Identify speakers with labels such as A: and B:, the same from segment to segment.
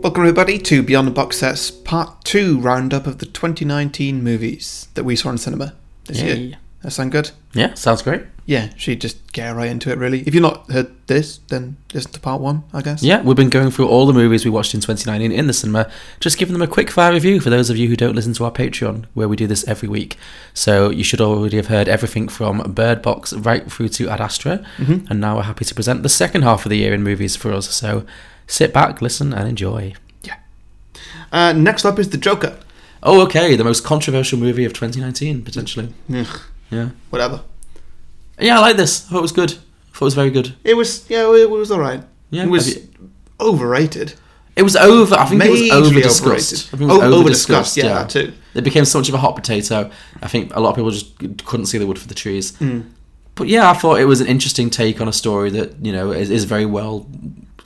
A: Welcome, everybody, to Beyond the Box Sets Part 2 roundup of the 2019 movies that we saw in cinema this
B: Yay.
A: year. That sound good?
B: Yeah, sounds great.
A: Yeah, should just get right into it, really. If you've not heard this, then listen to Part 1, I guess.
B: Yeah, we've been going through all the movies we watched in 2019 in the cinema, just giving them a quick fire review for those of you who don't listen to our Patreon, where we do this every week. So you should already have heard everything from Bird Box right through to Ad Astra,
A: Mm-hmm.
B: and now we're happy to present the second half of the year in movies for us. So sit back, listen, and enjoy.
A: Uh, next up is The Joker.
B: Oh, okay, the most controversial movie of 2019 potentially.
A: Ugh,
B: Yeah,
A: whatever.
B: yeah, I like this. I thought it was good. I thought it was very good.
A: It was, yeah, it was alright.
B: Yeah,
A: it
B: have
A: was
B: you-
A: overrated.
B: It was over. I think
A: Majorly
B: it was over
A: overrated.
B: discussed.
A: Oh, over discussed, yeah, that too.
B: It became so much of a hot potato. I think a lot of people just couldn't see the wood for the trees. But yeah, I thought it was an interesting take on a story that you know is, is very well,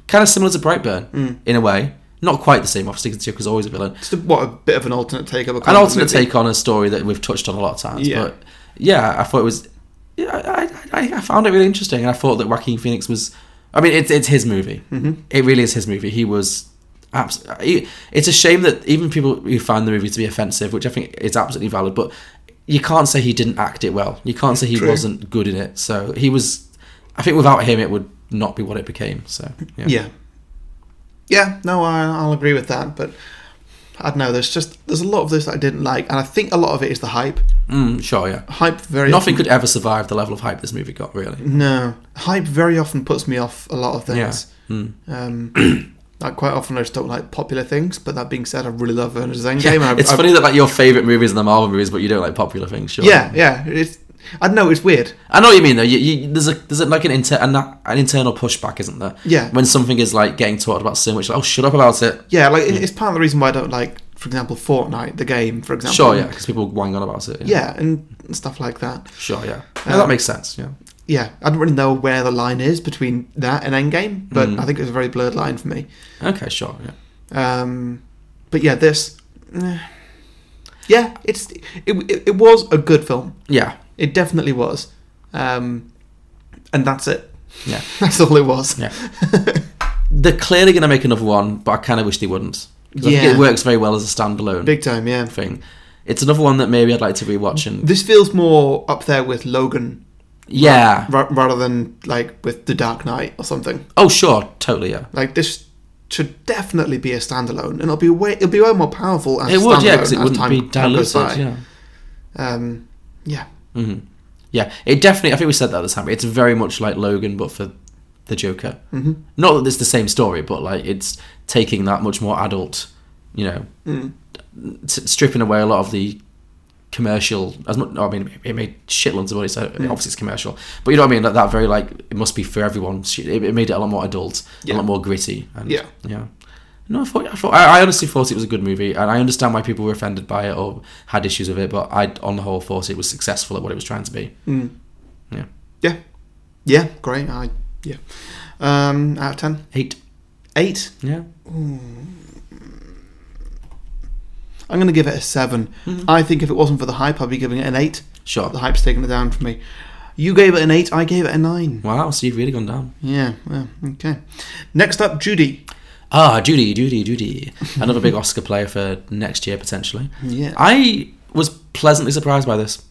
B: kind of similar to Brightburn in a way. Not quite the same, obviously, because Joker's always a villain.
A: Just a, what a bit of an alternate take of a
B: An
A: comic
B: alternate
A: movie.
B: take on a story that we've touched on a lot of times.
A: Yeah.
B: But yeah, I thought it was. Yeah, I, I, I found it really interesting, and I thought that Joaquin Phoenix was. I mean, it's it's his movie. It really is his movie. He was. Abs- he- it's a shame that even people who find the movie to be offensive, which I think is absolutely valid, but you can't say he didn't act it well. You can't say he
A: True.
B: wasn't good in it. So he was. I think without him, it would not be what it became. So yeah.
A: Yeah. Yeah, no, I, I'll agree with that, but I don't know. There's just there's a lot of this that I didn't like, and I think a lot of it is the hype.
B: Mm, sure, yeah.
A: Hype very
B: Nothing
A: often,
B: could ever survive the level of hype this movie got. Really.
A: no hype very often puts me off a lot of things.
B: Mm.
A: Um, like quite often I just don't like popular things. But that being said, I really love Ernest Zengame. and I,
B: It's
A: I-
B: funny that like your favorite movies are the Marvel movies, but you don't like popular things. Sure.
A: Yeah, yeah. It's I don't know. It's weird.
B: I know what you mean though. You, you, there's a there's a, like an inter, an, an internal pushback, isn't there?
A: Yeah.
B: When something is like getting talked about so much, like oh shut up about it.
A: Yeah, like it- it's part of the reason why I don't like, for example, Fortnite, the game, for example.
B: Sure, yeah, because people wang on about it.
A: Yeah, and stuff like that.
B: Sure, yeah.
A: Um,
B: yeah. That makes sense. Yeah.
A: yeah, I don't really know where the line is between that and Endgame, but
B: Mm.
A: I think it was a very blurred line for me.
B: Okay, sure. Yeah.
A: Um, but yeah, this, eh. yeah, it's it, it, it was a good film.
B: Yeah.
A: It definitely was, um, and that's it.
B: Yeah.
A: That's all it was.
B: Yeah. They're clearly going to make another one, but I kind of wish they wouldn't. 'Cause I
A: Yeah.
B: think it works very well as a standalone
A: Big time, yeah.
B: thing. It's another one that maybe I'd like to rewatch and
A: This feels more up there with Logan
B: yeah.
A: ra- rather than like with The Dark Knight or something.
B: Oh sure, totally yeah.
A: Like this should definitely be a standalone, and it'll be way it'll be way more powerful as
B: It
A: a
B: would yeah,
A: standalone
B: because it
A: as
B: wouldn't
A: time-
B: be
A: time goes by.
B: diluted. Yeah.
A: Um, yeah,
B: hmm Yeah, it definitely. I think we said that at the time. It's very much like Logan, but for the Joker. Mm-hmm. Not that it's the same story, but like it's taking that much more adult, you know,
A: Mm.
B: t- stripping away a lot of the commercial. As much, no, I mean, it made shitloads of money, so
A: Mm.
B: obviously it's commercial. But you know what I mean? Like that very like it must be for everyone. sh- It, it made it a lot more adult,
A: Yeah.
B: a lot more gritty. And,
A: Yeah.
B: yeah. No, I thought, I, thought I, I honestly thought it was a good movie, and I understand why people were offended by it or had issues with it. But I, on the whole, thought it was successful at what it was trying to be. Yeah,
A: Mm. yeah, yeah. Great. I yeah. Um, out of ten,
B: eight.
A: eight.
B: Yeah,
A: I'm gonna give it a 7
B: Mm-hmm.
A: I think if it wasn't for the hype, I'd be giving it an eight.
B: sure.
A: The hype's taken it down for me. You gave it an eight. I gave it a nine.
B: Wow, so you've really gone down.
A: Yeah. well, okay. Next up, Judy.
B: Ah, Judy, Judy, Judy. Another big Oscar player for next year potentially.
A: Yeah.
B: I was pleasantly surprised by this.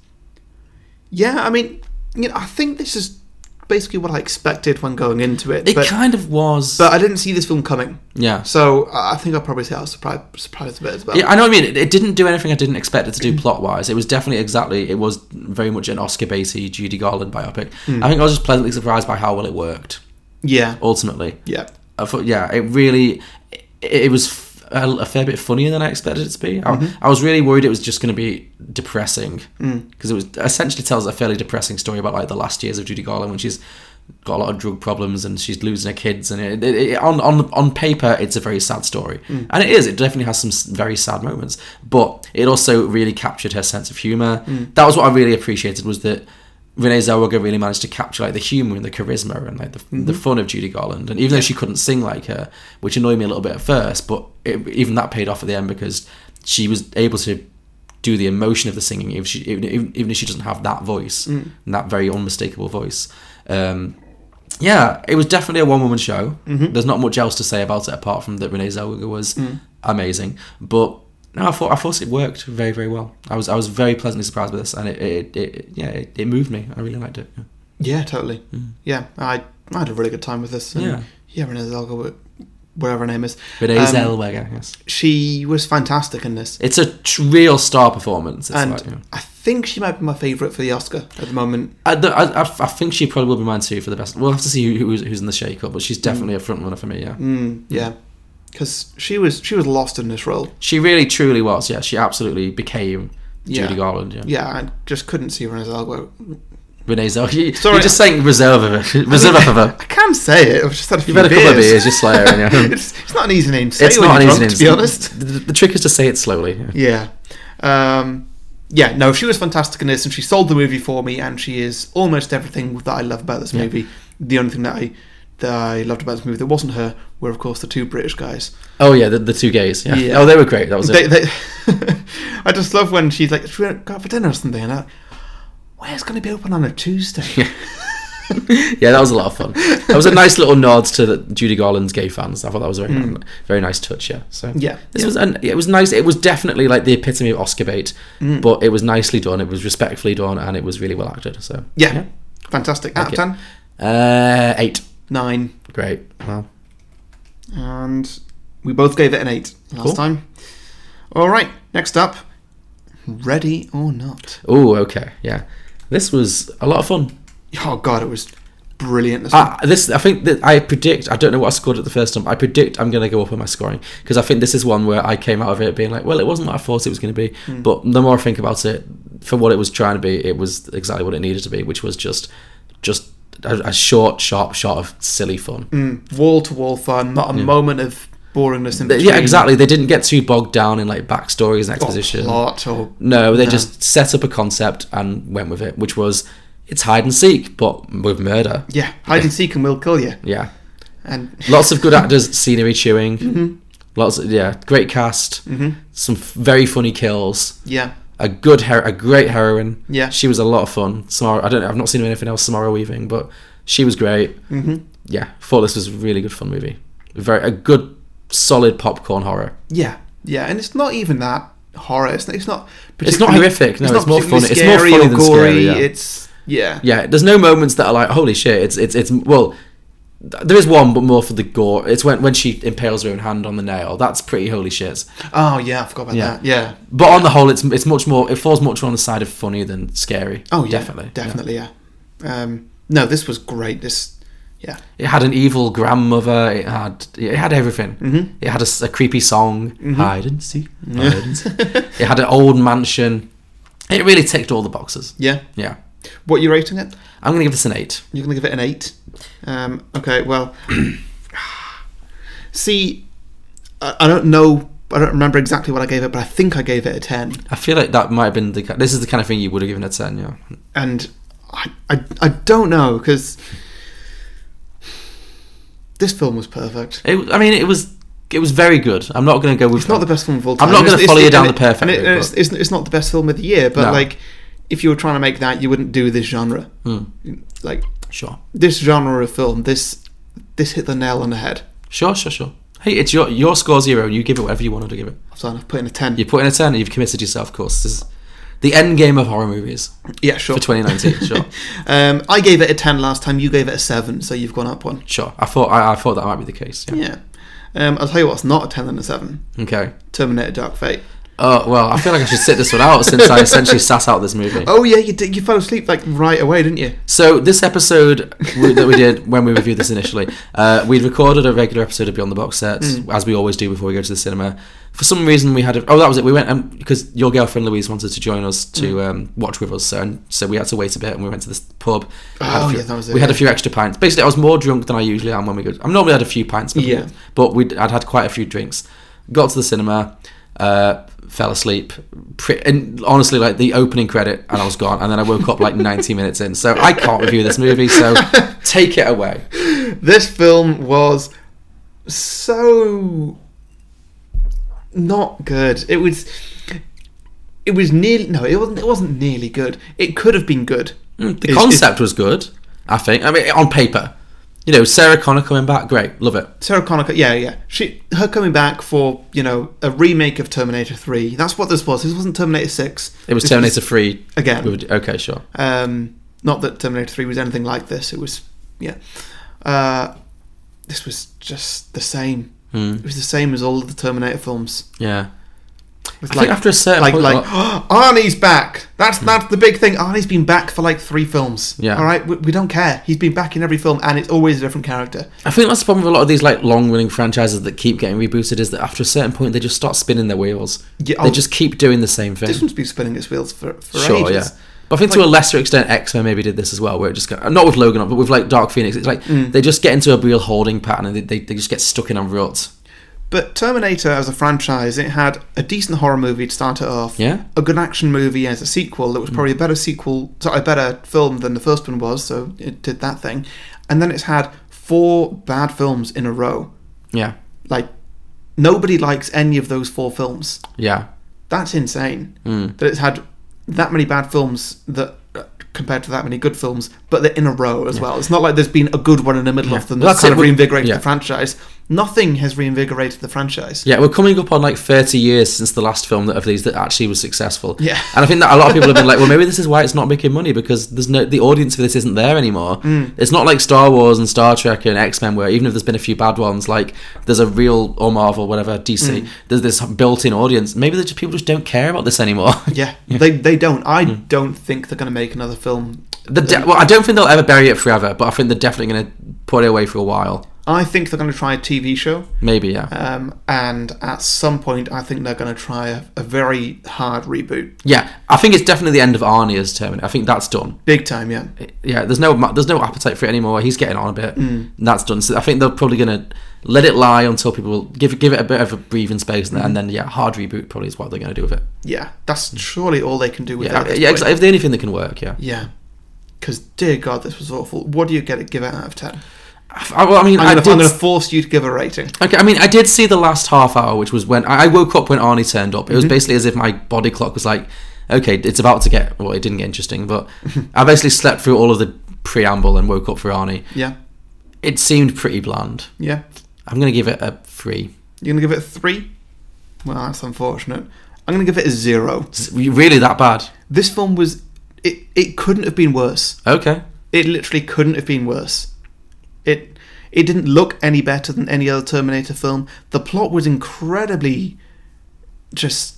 A: Yeah. I mean, you know, I think this is basically what I expected when going into it,
B: It
A: but
B: kind of was.
A: but I didn't see this film coming,
B: yeah.
A: so I I think I'll probably say I was surprised surprised a bit as well.
B: Yeah, I know what I mean. It, it didn't do anything I didn't expect it to do plot wise. It was definitely exactly, it was very much an Oscar Beatty, Judy Garland biopic. I think I was just pleasantly surprised by how well it worked,
A: Yeah.
B: ultimately.
A: Yeah.
B: I thought, yeah, it really, it, it was f- a, a fair bit funnier than I expected it to be. I, I was really worried it was just going to be depressing because it was essentially tells a fairly depressing story about like the last years of Judy Garland when she's got a lot of drug problems and she's losing her kids and it, it, it, on on on paper it's a very sad story and it is it definitely has some s- very sad moments but it also really captured her sense of humor that was what I really appreciated was that Renee Zellweger really managed to capture like the humor and the charisma and like the, the fun of Judy Garland. And even though she couldn't sing like her, which annoyed me a little bit at first, but it, even that paid off at the end because she was able to do the emotion of the singing, if she, even, even even if she doesn't have that voice, that very unmistakable voice. Um, yeah, it was definitely a one woman show.
A: Mm-hmm.
B: There's not much else to say about it apart from that Renee Zellweger was
A: Mm.
B: amazing. But no, I thought I thought it worked very very well. I was I was very pleasantly surprised by this, and it it, it yeah it, it moved me. I really liked it. Yeah.
A: Yeah, totally. Yeah, I, I had a really good time with this. And
B: Mm. Yeah.
A: yeah, Renee Zellweger, whatever her name is.
B: Renee
A: Um,
B: Zellweger, yes.
A: She was fantastic in this,
B: It's a tr- real star performance. It's
A: and
B: like, yeah.
A: I think she might be my favourite for the Oscar at the moment.
B: I, don't- I, I, I think she probably will be mine too for the best. We'll have to see who, who's, who's in the shake-up, but she's definitely a front runner for me. Yeah,
A: Mm, yeah, because she was she was lost in this role.
B: she really truly was. Yeah, she absolutely became
A: Yeah.
B: Judy Garland. Yeah,
A: Yeah, I just couldn't see Renee Zellweger.
B: Renee Zellweger.
A: Sorry.
B: You're just saying reserve of her. reserve of her.
A: I can say it. I've just had a few
B: You've had a
A: beers.
B: couple of beers, just like her, yeah.
A: it's, it's not an easy name to say.
B: It's not an easy name.
A: to be honest.
B: The, the- the trick is to say it slowly. yeah.
A: Yeah. Um, yeah, no, she was fantastic in this, and she sold the movie for me, and she is almost everything that I love about this
B: Yeah.
A: movie. The only thing that I that I loved about this movie that wasn't her were, of course, the two British guys.
B: Oh yeah, the, the two gays. Yeah.
A: Yeah.
B: Oh, they were great. That was
A: They,
B: it.
A: they, I just love when she's like, "Should we go out for dinner or something?" And I, where's going to be open on a Tuesday?
B: yeah, that was a lot of fun. That was a nice little nod to the Judy Garland's gay fans. I thought that was a very, very nice touch. Yeah. So
A: Hmm. Yeah.
B: this was an, it was nice. It was definitely like the epitome of Oscar bait,
A: Hmm.
B: but it was nicely done. It was respectfully done, and it was really well acted. So
A: Yeah, fantastic. Out of
B: it.
A: ten,
B: Uh, eight.
A: nine,
B: Great. Wow.
A: and we both gave it an eight last
B: Cool.
A: time. All right, next up, Ready or Not.
B: Oh, okay. Yeah. This was a lot of fun.
A: Oh god, it was brilliant. This
B: I, this I think that I predict. I don't know what I scored at the first time. But I predict I'm going to go up on my scoring because I think this is one where I came out of it being like, well, it wasn't what I thought it was going to be. But the more I think about it, for what it was trying to be, it was exactly what it needed to be, which was just, just a, a short, sharp shot of silly fun.
A: wall to wall fun, not a moment of boringness in between.
B: Yeah, exactly. They didn't get too bogged down in like backstories and
A: Or
B: exposition.
A: plot or
B: No, they just set up a concept and went with it, which was it's hide and seek, but with murder.
A: yeah, hide and seek and we'll kill you.
B: Yeah.
A: And
B: lots of good actors, scenery chewing. Lots, of, yeah, great cast. Some f- very funny kills.
A: yeah,
B: A good, her- a great heroine.
A: Yeah.
B: she was a lot of fun. Samara, I don't, I've not seen anything else. Samara Weaving, but she was great. Mm-hmm. Yeah, thought this was a really good fun movie. Very a good, solid popcorn horror.
A: yeah, yeah, and it's not even that horror. It's not. It's not,
B: It's not
A: particularly-
B: horrific, no, it's more
A: particularly
B: funny- it's more
A: scary
B: funny
A: or
B: than
A: gory.
B: scary, yeah.
A: It's yeah,
B: Yeah, there's no moments that are like, holy shit. It's it's it's well. th- There is one, but more for the gore. It's when when she impales her own hand on the nail. That's pretty holy shit.
A: Oh yeah, I forgot about
B: Yeah.
A: that. Yeah.
B: But on the whole, it's it's much more. It falls much more on the side of funny than scary.
A: Oh yeah,
B: definitely, yeah.
A: definitely yeah. Um, no, this was great. This yeah,
B: It had an evil grandmother. It had it had everything. Mm-hmm. It had a, s- a creepy song.
A: Mm-hmm.
B: Hide and seek. Hide and seek. it had an old mansion. It really ticked all the boxes.
A: yeah.
B: Yeah,
A: What you rating it?
B: I'm gonna give this an eight.
A: You're going to give it an eight. Um, okay, well, see, I, I don't know, I don't remember exactly what I gave it, but I think I gave it a ten.
B: I feel like that might have been the. ki- This is the kind of thing you would have given a ten. Yeah,
A: And I, I, I don't know because this film was perfect.
B: it. I mean, it was it was very good. I'm not gonna go with.
A: It's not the best film of all
B: I'm
A: time.
B: not gonna
A: It's- it's-
B: follow you
A: and
B: down
A: it-
B: the perfect
A: and it-
B: route,
A: and it's, it's, it's not the best film of the year, but
B: No.
A: like, if you were trying to make that, you wouldn't do this genre.
B: Hmm.
A: Like
B: Sure,
A: this genre of film, this this hit the nail on the head.
B: sure, sure, sure. Hey, it's your your score zero. You give it whatever you wanted to give it.
A: So I've put in a ten.
B: You put in a ten and you've committed yourself, of course. This is the end game of horror movies
A: Yeah, sure.
B: for 2019. sure,
A: Um, I gave it a 10 last time, you gave it a 7, so you've gone up one.
B: sure. I thought I, I thought that might be the case. Yeah.
A: Yeah. Um, I'll tell you what's not a 10 and a 7
B: Okay.
A: Terminator Dark Fate.
B: Oh well, I feel like I should sit this one out since I essentially sat out this movie.
A: Oh, yeah, you did. You fell asleep like right away, didn't you?
B: So this episode w- that we did when we reviewed this initially, uh, we recorded a regular episode of Beyond the Box Set
A: Mm.
B: as we always do before we go to the cinema. For some reason, we had a, oh that was it. We went um, because your girlfriend Louise wanted to join us to
A: Mm.
B: um, watch with us, so and so we had to wait a bit and we went to this pub. Had a
A: Oh,
B: few-
A: yeah, that was it,
B: We had a
A: yeah.
B: few extra pints. Basically, I was more drunk than I usually am when we go. I'm normally had a few pints, but
A: Yeah.
B: but we'd, I'd had quite a few drinks. Got to the cinema, uh, fell asleep, pre- and honestly, like the opening credit, and I was gone. And then I woke up like 90 minutes in, so I can't review this movie. So take it away.
A: This film was so not good. It was. It was nearly no. It wasn't. It wasn't nearly good. It could have been good.
B: Hmm, The
A: It's-
B: concept was good, I think. I mean, on paper, You know, Sarah Connor coming back, great, love it.
A: Sarah Connor, yeah, yeah. She her coming back for you know a remake of Terminator Three. That's what this was. This wasn't Terminator Six.
B: It was
A: This
B: Terminator Three
A: again.
B: We would- Okay, sure.
A: Um, not that Terminator Three was anything like this. It was yeah. Uh, this was just the same.
B: Hmm.
A: It was the same as all of the Terminator films.
B: Yeah.
A: It was
B: I think after a certain
A: like
B: point,
A: like
B: like, Hmm.
A: Arnie's back. That's that's the big thing. Arnie's been back for like three films.
B: Yeah.
A: All right, we, we don't care. He's been back in every film, and it's always a different character.
B: I think that's the problem with a lot of these like long-running franchises that keep getting rebooted is that after a certain point they just start spinning their wheels.
A: Yeah, um,
B: they
A: I'll-
B: just keep doing the same thing.
A: This one's been spinning its wheels for, for
B: sure,
A: ages.
B: yeah. But I think to a lesser extent, X Men maybe did this as well, where it just got, not with Logan, but with like Dark Phoenix, it's like they just get into a real holding pattern and they, they, they just get stuck in a rut.
A: But Terminator as a franchise, it had a decent horror movie to start it off.
B: Yeah. Hmm.
A: A good action movie as a sequel that was probably a better sequel, sorry, a better film than the first one was, so it did that thing. And then it's had four bad films in a row.
B: Yeah,
A: Like, nobody likes any of those four films.
B: yeah,
A: That's insane.
B: Hmm.
A: That it's had that many bad films that uh, compared to that many good films, but they're in a row as well. It's not like there's been a good one in the middle of them that's,
B: That's
A: kind
B: it,
A: of
B: we-
A: reinvigorated
B: yeah.
A: the franchise. Nothing has reinvigorated the franchise.
B: yeah. We're coming up on like thirty years since the last film that of these that actually was successful.
A: Yeah.
B: and I think that a lot of people have been like, well, maybe this is why it's not making money because there's no the audience for this isn't there anymore. It's not like Star Wars and Star Trek and X Men where even if there's been a few bad ones, like there's a real or Marvel whatever DC, there's this built-in audience. Maybe there's just people just don't care about this anymore.
A: Yeah, they they don't. I
B: Hmm.
A: don't think they're going to make another film.
B: The de- well, I don't think they'll ever bury it forever, but I think they're definitely going to put it away for a while.
A: I think they're going to try a TV show,
B: Maybe, yeah.
A: um, and at some point, I think they're going to try a, a very hard reboot,
B: yeah, I think it's definitely the end of Arnie as Terminator. I think that's done.
A: big time. Yeah,
B: Yeah, there's no there's no appetite for it anymore. He's getting on a bit. That's done. So I think they're probably going to let it lie until people will give it- give it a bit of a breathing space, and, then and then yeah, hard reboot probably is what they're going to do with it.
A: yeah. That's surely all they can do with
B: Hmm. Yeah,
A: that. at this
B: yeah,
A: point.
B: ex- if the only thing that can work, yeah.
A: Yeah, because dear God, this was awful. What do you get? Give it out of ten.
B: I, well, I mean, I
A: I'm
B: did
A: going to force you to give a rating.
B: Okay, I mean, I did see the last half hour, which was when I I woke up when Arnie turned up. It
A: Mm-hmm.
B: was basically as if my body clock was like, okay, it's about to get. Well, it didn't get interesting, but I basically slept through all of the preamble and woke up for Arnie.
A: Yeah,
B: It seemed pretty bland.
A: yeah.
B: I'm gonna give it a three.
A: You're going to give it a three. Well, that's unfortunate. I'm going to give it a zero.
B: Is it Really that bad?
A: This film was. It, it couldn't have been worse.
B: Okay.
A: It literally couldn't have been worse. It it didn't look any better than any other Terminator film. The plot was incredibly just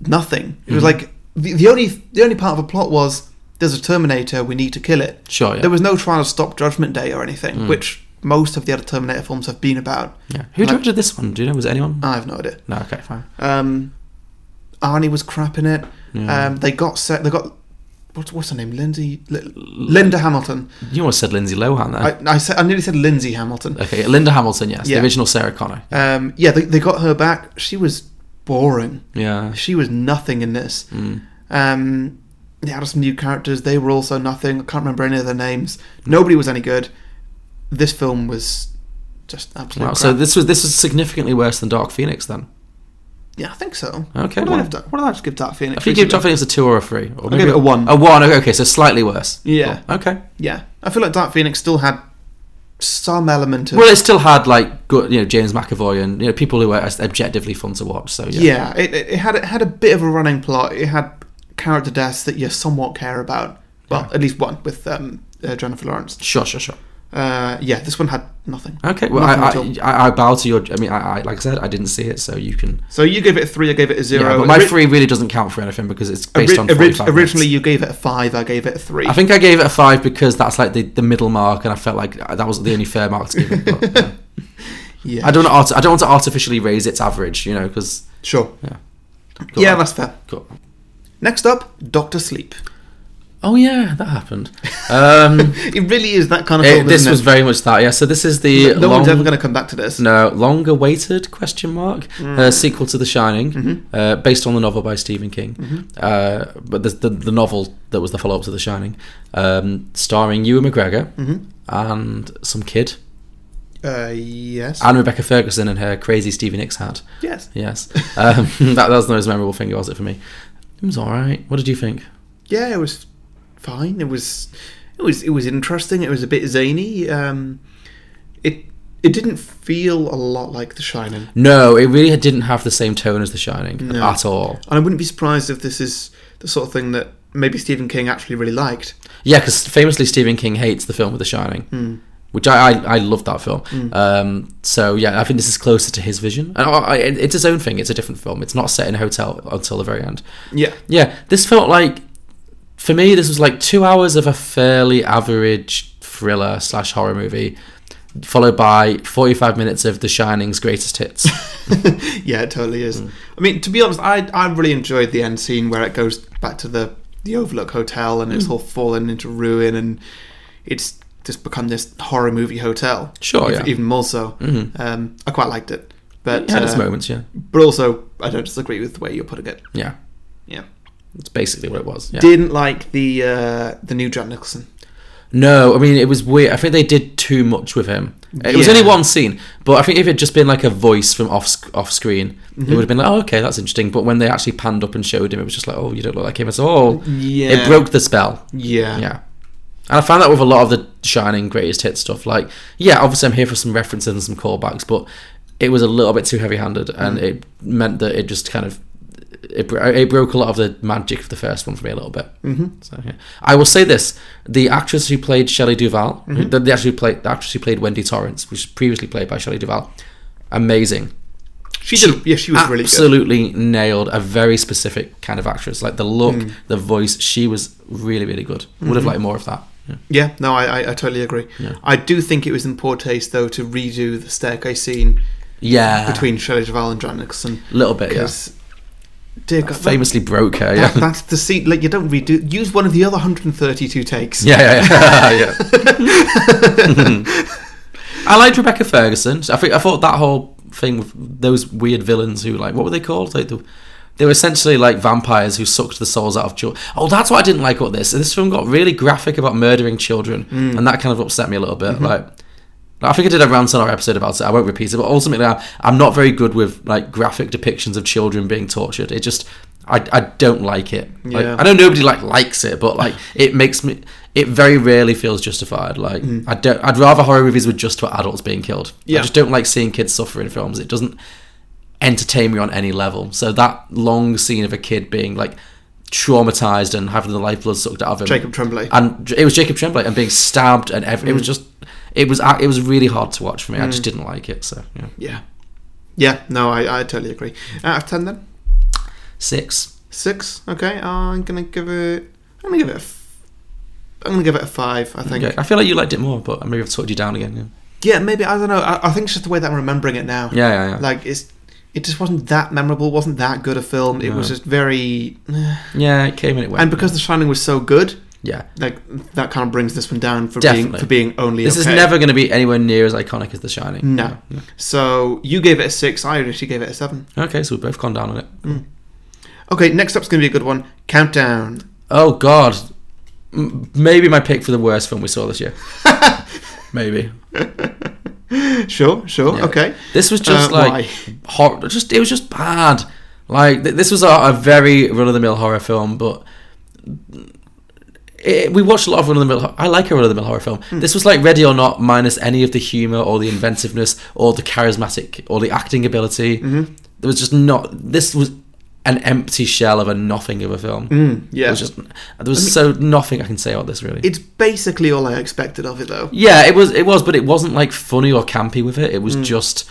A: nothing. It
B: Mm-hmm.
A: was like the, the only the only part of the plot was there's a Terminator, we need to kill it.
B: Sure, yeah. Mm.
A: There was no trying to stop Judgment Day or anything, which most of the other Terminator films have been about.
B: Yeah. Who
A: Like- Uh,
B: directed this one? Do you know? Was it anyone?
A: I have no idea.
B: No. Okay. Fine.
A: Um, Arnie was crap in it.
B: Yeah.
A: Um, they got set. They got what's what's her name? Lindsay Li- Linda Hamilton.
B: You almost said Lindsay Lohan there.
A: I, I said I nearly said Lindsay Hamilton.
B: okay, Linda Hamilton. Yes,
A: Yeah.
B: the original Sarah Connor.
A: Um, yeah, they, they got her back. She was boring.
B: Yeah. Mm.
A: She was nothing in this. Um, they added some new characters. They were also nothing. I can't remember any of their names. Nobody was any good. This film was just absolute.
B: Wow.
A: crap.
B: So this was this was significantly worse than Dark Phoenix then.
A: yeah, I think so.
B: Okay,
A: What did,
B: well.
A: I, have to- what did I have to give Dark Phoenix?
B: If you give
A: recently?
B: Dark Phoenix a two or a three, or
A: give it a one.
B: A one. Okay, okay, so slightly worse.
A: Yeah.
B: Cool. Okay.
A: yeah, I feel like Dark Phoenix still had some element of.
B: Well, it still had like good, you know, James McAvoy and you know people who were objectively fun to watch. So yeah.
A: yeah, it, it it had it had a bit of a running plot. It had character deaths that you somewhat care about. Well, at least one with um, uh, Jennifer Lawrence.
B: Sure, sure, sure.
A: Uh, yeah, this one had nothing.
B: Okay. Well,
A: Nothing
B: I, I, I I bow to your. I mean, I, I like I said, I didn't see it, so you can.
A: So you gave it a three, I gave it a
B: Yeah,
A: zero.
B: but my
A: Ori-
B: three really doesn't count for anything because it's
A: ori-
B: based on
A: ori-
B: 45 minutes.
A: originally you gave it a five, I gave it a three.
B: I think I gave it a five because that's like the, the middle mark, and I felt like that was the only fair mark to give it. But, yeah.
A: yeah,
B: I don't want to art- I don't want to artificially raise its average, you know, because
A: sure.
B: yeah.
A: Yeah, that's fair.
B: cool.
A: Next up, Doctor Sleep.
B: Oh yeah, that happened. Um,
A: It really is that kind of
B: it-
A: film.
B: Eh, Uh, this
A: isn't
B: was
A: it?
B: very much that. Yeah. So this is the
A: no one's
B: long-
A: ever going to come back to this.
B: no longer waited question mark
A: Hmm.
B: uh, sequel to The Shining,
A: Mm-hmm.
B: uh, based on the novel by Stephen King. Uh, but the, the the novel that was the follow up to The Shining, um, starring Ewan McGregor
A: Hmm.
B: and some kid
A: Mm-hmm. Uh, yes.
B: and Rebecca Ferguson and her crazy Stevie Nicks hat.
A: yes.
B: Yes, um, that, that was the most memorable thing, was it for me? It was all right. What did you think?
A: Yeah, it was fine. It was, it was, it was interesting. It was a bit zany. Um, it it didn't feel a lot like The Shining,
B: No, it really didn't have the same tone as The Shining
A: No.
B: at all.
A: and I wouldn't be surprised if this is the sort of thing that maybe Stephen King actually really liked.
B: Yeah, because famously Stephen King hates the film with The Shining,
A: Hmm.
B: which I, I I love that film. Um, so yeah, I think this is closer to his vision, and I, I, it's his own thing. It's a different film. It's not set in a hotel until the very end.
A: Yeah,
B: Yeah, this felt like for me this was like two hours of a fairly average thriller slash horror movie, followed by forty five minutes of The Shining's greatest hits.
A: yeah, it totally
B: Hmm.
A: is. I mean, to be honest, I I really enjoyed the end scene where it goes back to the the Overlook Hotel and it's
B: Hmm.
A: all fallen into ruin and it's just become this horror movie hotel.
B: Sure,
A: even,
B: yeah. Mm-hmm.
A: even more so. Um, I quite liked it, but
B: it had its
A: uh,
B: moments, yeah,
A: but also I don't disagree with the way you're putting it.
B: yeah.
A: Yeah,
B: It's basically what it was. Yeah.
A: didn't like the uh, the new John Nicholson.
B: No, I mean it was weird. I think they did too much with him. It was
A: Yeah.
B: only one scene, but I think if it had just been like a voice from off sc- off screen,
A: Mm-hmm.
B: it would have been like, oh, okay, that's interesting. But when they actually panned up and showed him, it was just like, oh, you don't look like him at all.
A: Yeah,
B: It broke the spell.
A: Yeah,
B: Yeah. And I found that with a lot of the Shining greatest hit stuff. Like, yeah, obviously I'm here for some references and some callbacks, but it was a little bit too heavy-handed, and it meant that it just kind of it, bro- it broke a lot of the magic of the first one for me a little bit. Mm-hmm. So yeah, I will say this: the actress who played Shelley Duvall, who- the, the actually played the actress who played Wendy Torrance, which was previously played by Shelley Duvall, amazing
A: she did. Yeah, she was really good.
B: absolutely nailed a very specific kind of actress. Like the look,
A: Hmm.
B: the voice, she was really, really good. Would
A: Mm-hmm.
B: have liked more of that. Yeah.
A: Yeah, no, I, I, I totally agree.
B: Yeah.
A: I do think it was in poor taste though to redo the staircase scene
B: Yeah,
A: between Shelley Duvall and John Nicholson
B: a little bit. Ah. Yeah.
A: because, dear God,
B: Famously broke her.
A: that-
B: Yeah.
A: that's the scene. Like you don't redo. Use one of the other 132 takes.
B: yeah, yeah, yeah. yeah. I liked Rebecca Ferguson. I think I thought that whole thing with those weird villains who like what were they called? Like the, they were essentially like vampires who sucked the souls out of children. Oh, that's what I didn't like about this. This film got really graphic about murdering children, and that kind of upset me a little bit. Like, I think I did a rant on our episode about it. I won't repeat it, but ultimately, I, I'm not very good with like graphic depictions of children being tortured. It just, I, I don't like it. Like,
A: Yeah.
B: I know nobody like likes it, but like it makes me. It very rarely feels justified. Like I don't. I'd rather horror movies were just for adults being killed.
A: Mm. Yeah.
B: I just don't like seeing kids suffer in films. It doesn't entertain me on any level. So that long scene of a kid being like traumatized and having the lifeblood sucked out of him.
A: Jacob Tremblay. Mm.
B: And it was Jacob Tremblay and being stabbed and ev- it was just it was it was really hard to watch for me. I just didn't like it. So yeah,
A: yeah, yeah. No, I, I totally agree. Out of ten, then
B: six.
A: six. Okay, uh, I'm gonna give it. I'm gonna give it. A f- I'm gonna give it a five. I think.
B: Okay. I feel like you liked it more, but maybe I've talked you down again.
A: Yeah, maybe I don't know. I, I think it's just the way that I'm remembering it now.
B: Yeah, yeah, yeah. yeah.
A: Like it's, it just wasn't that memorable. wasn't that good a film. It was
B: No.
A: just very. eh.
B: yeah, it came and it went.
A: And because The Shining was so good,
B: yeah,
A: like that kind of brings this one down for being
B: Definitely.
A: for being only.
B: this
A: okay.
B: is never going to be anywhere near as iconic as The Shining.
A: No. So you gave it a six. I actually gave it a seven.
B: Yeah. Okay, so we've both gone down on it.
A: Okay, next up's gonna be a good one. Countdown.
B: Oh God, M- maybe my pick for the worst film we saw this year. maybe
A: Sure, sure.
B: Yeah.
A: Okay.
B: this was just
A: Uh,
B: like hor- just it was just bad. Like th- this was a, a very run of the mill horror film, but it, we watched a lot of run of the mill. I like a run of the mill horror film.
A: Hmm.
B: This was like Ready or Not minus any of the humor or the inventiveness or the charismatic or the acting ability.
A: Mm-hmm.
B: There was just not. This was an empty shell of a nothing of a film.
A: Mm,
B: It
A: yeah.
B: was just there was so nothing I can say about this really.
A: It's basically all I expected of it, though.
B: yeah, it was it was, but it wasn't like funny or campy with it. It
A: Mm.
B: was just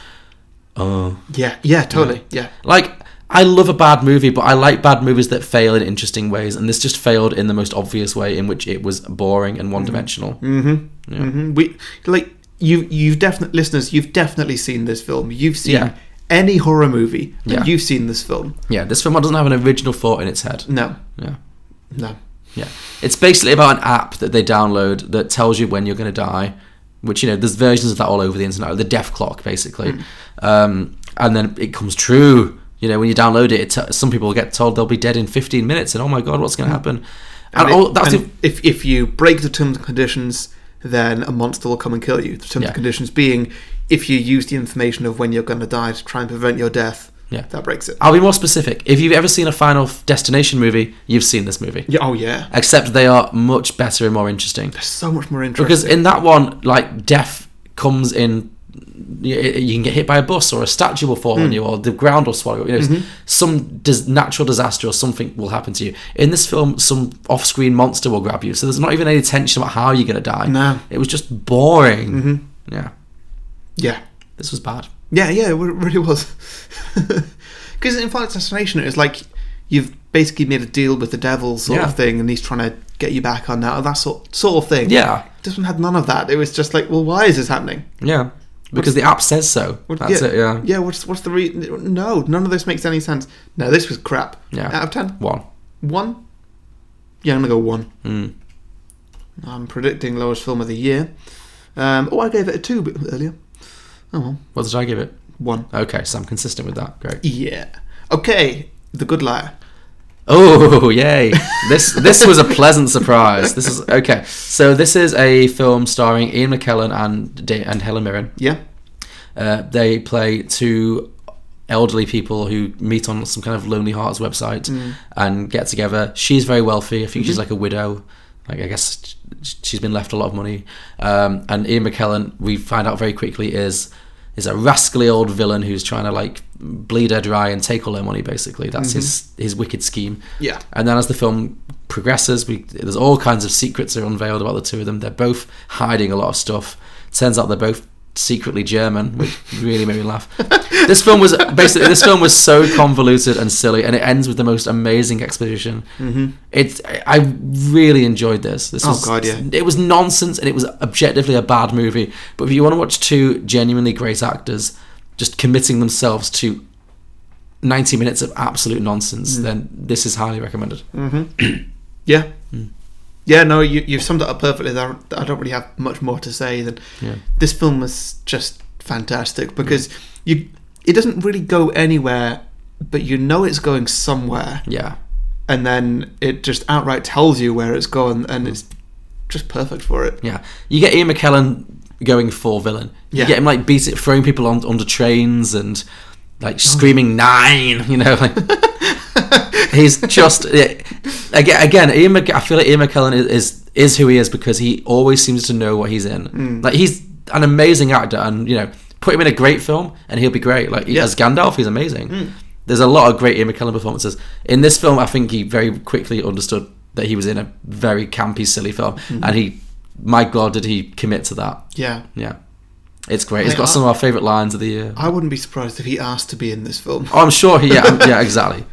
B: oh.
A: Yeah. Yeah. Totally. Yeah.
B: Like, I love a bad movie, but I like bad movies that fail in interesting ways, and this just failed in the most obvious way in which it was boring and one dimensional.
A: Mm-hmm.
B: Yeah.
A: Mm-hmm. We like you. You've definitely listeners. You've definitely seen this film. You've seen
B: Yeah.
A: any horror movie. but
B: Yeah.
A: You've seen this film.
B: Yeah, this film doesn't have an original thought in its head.
A: No.
B: Yeah.
A: No.
B: Yeah. It's basically about an app that they download that tells you when you're going to die, which, you know, there's versions of that all over the internet, the death clock, basically.
A: Mm.
B: Um, and then it comes true. You know, when you download it, it t- some people get told they'll be dead in 15 minutes, and oh my God, what's going to happen? And,
A: Mm. And
B: all,
A: it-
B: that's
A: and
B: the,
A: if if you break the terms and conditions, then a monster will come and kill you. The terms
B: Yeah.
A: and conditions being, if you use the information of when you're going to die to try and prevent your death,
B: Yeah.
A: that breaks it.
B: I'll be more specific. If you've ever seen a Final Destination movie, you've seen this movie.
A: Yeah. Oh yeah.
B: Except they are much better and more interesting.
A: So much more interesting.
B: Because in that one, like death comes in. You you can get hit by a bus, or a statue will fall
A: Hmm.
B: on you, or the ground will swallow you. You know,
A: Mm-hmm.
B: Some dis- natural disaster or something will happen to you. In this film, some off-screen monster will grab you. So there's not even any tension about how you're gonna die.
A: No. Mm-hmm.
B: it was just boring. Yeah,
A: Yeah.
B: this was bad.
A: Yeah, yeah, it re- really was. Because in Final Destination, it was like you've basically made a deal with the devil sort
B: Yeah.
A: of thing, and he's trying to get you back on that, or that sort, sort of thing.
B: Yeah,
A: This one had none of that. It was just like, well, why is this happening?
B: yeah, because the app says so.
A: What-
B: That's it. Yeah,
A: Yeah, what's, what's the reason? No, none of this makes any sense. No, this was crap.
B: Yeah.
A: Out of 10?
B: one.
A: One? Yeah, I'm going to go one.
B: Mm.
A: I'm predicting lowest film of the year. Um, oh, I gave it a two bit earlier. Oh, well,
B: What did I give it?
A: one.
B: Okay, so I'm consistent with that. Great.
A: Yeah. Okay, The Good Liar.
B: Oh yay! This this was a pleasant surprise. This is okay. So this is a film starring Ian McKellen and Da- and Helen Mirren.
A: Yeah.
B: Uh, they play two elderly people who meet on some kind of Lonely Hearts website and get together. She's very wealthy. I think she's like a widow. Like I guess sh- she's been left a lot of money. Um, and Ian McKellen, we find out very quickly, is is a rascally old villain who's trying to like bleed her dry and take all her money. Basically, that's his his wicked scheme.
A: Yeah.
B: And then as the film progresses, we there's all kinds of secrets are unveiled about the two of them. They're both hiding a lot of stuff. Turns out they're both secretly German, which really made me laugh. this film was basically this film was so convoluted and silly, and it ends with the most amazing exposition. Mm-hmm. It's I really enjoyed this. This
A: Oh,
B: was,
A: God, yeah.
B: It was nonsense, and it was objectively a bad movie. But if you want to watch two genuinely great actors just committing themselves to 90 minutes of absolute nonsense,
A: Mm.
B: then this is highly recommended.
A: Yeah.
B: Hmm.
A: Yeah, no, you, you've summed it up perfectly. There, I don't really have much more to say than
B: Yeah. Hmm.
A: this film was just fantastic because you it doesn't really go anywhere, but you know it's going somewhere,
B: Yeah.
A: and then it just outright tells you where it's going, and it's just perfect for it.
B: Hmm. Yeah. You get Ian McKellen going full villain.
A: Yeah.
B: You get him like beat it, throwing people on, under trains and like screaming nine, you know, like he's just yeah, again again Ian Mc, I feel like Ian McKellen is, is is who he is because he always seems to know what he's in.
A: Mm.
B: Like he's an amazing actor and you know, put him in a great film and he'll be great. Like he-
A: Yeah. Mm.
B: as Gandalf, he's amazing. There's a lot of great Ian McKellen performances. In this film, I think he very quickly understood that he was in a very campy, silly film,
A: Mm.
B: and he, my God, did he commit to that?
A: Yeah,
B: Yeah, it's great. It's
A: Wait,
B: got
A: I-
B: some of our favorite lines of the year.
A: I wouldn't be surprised if he asked to be in this film.
B: Oh, I'm sure he. Yeah, I'm- yeah, exactly.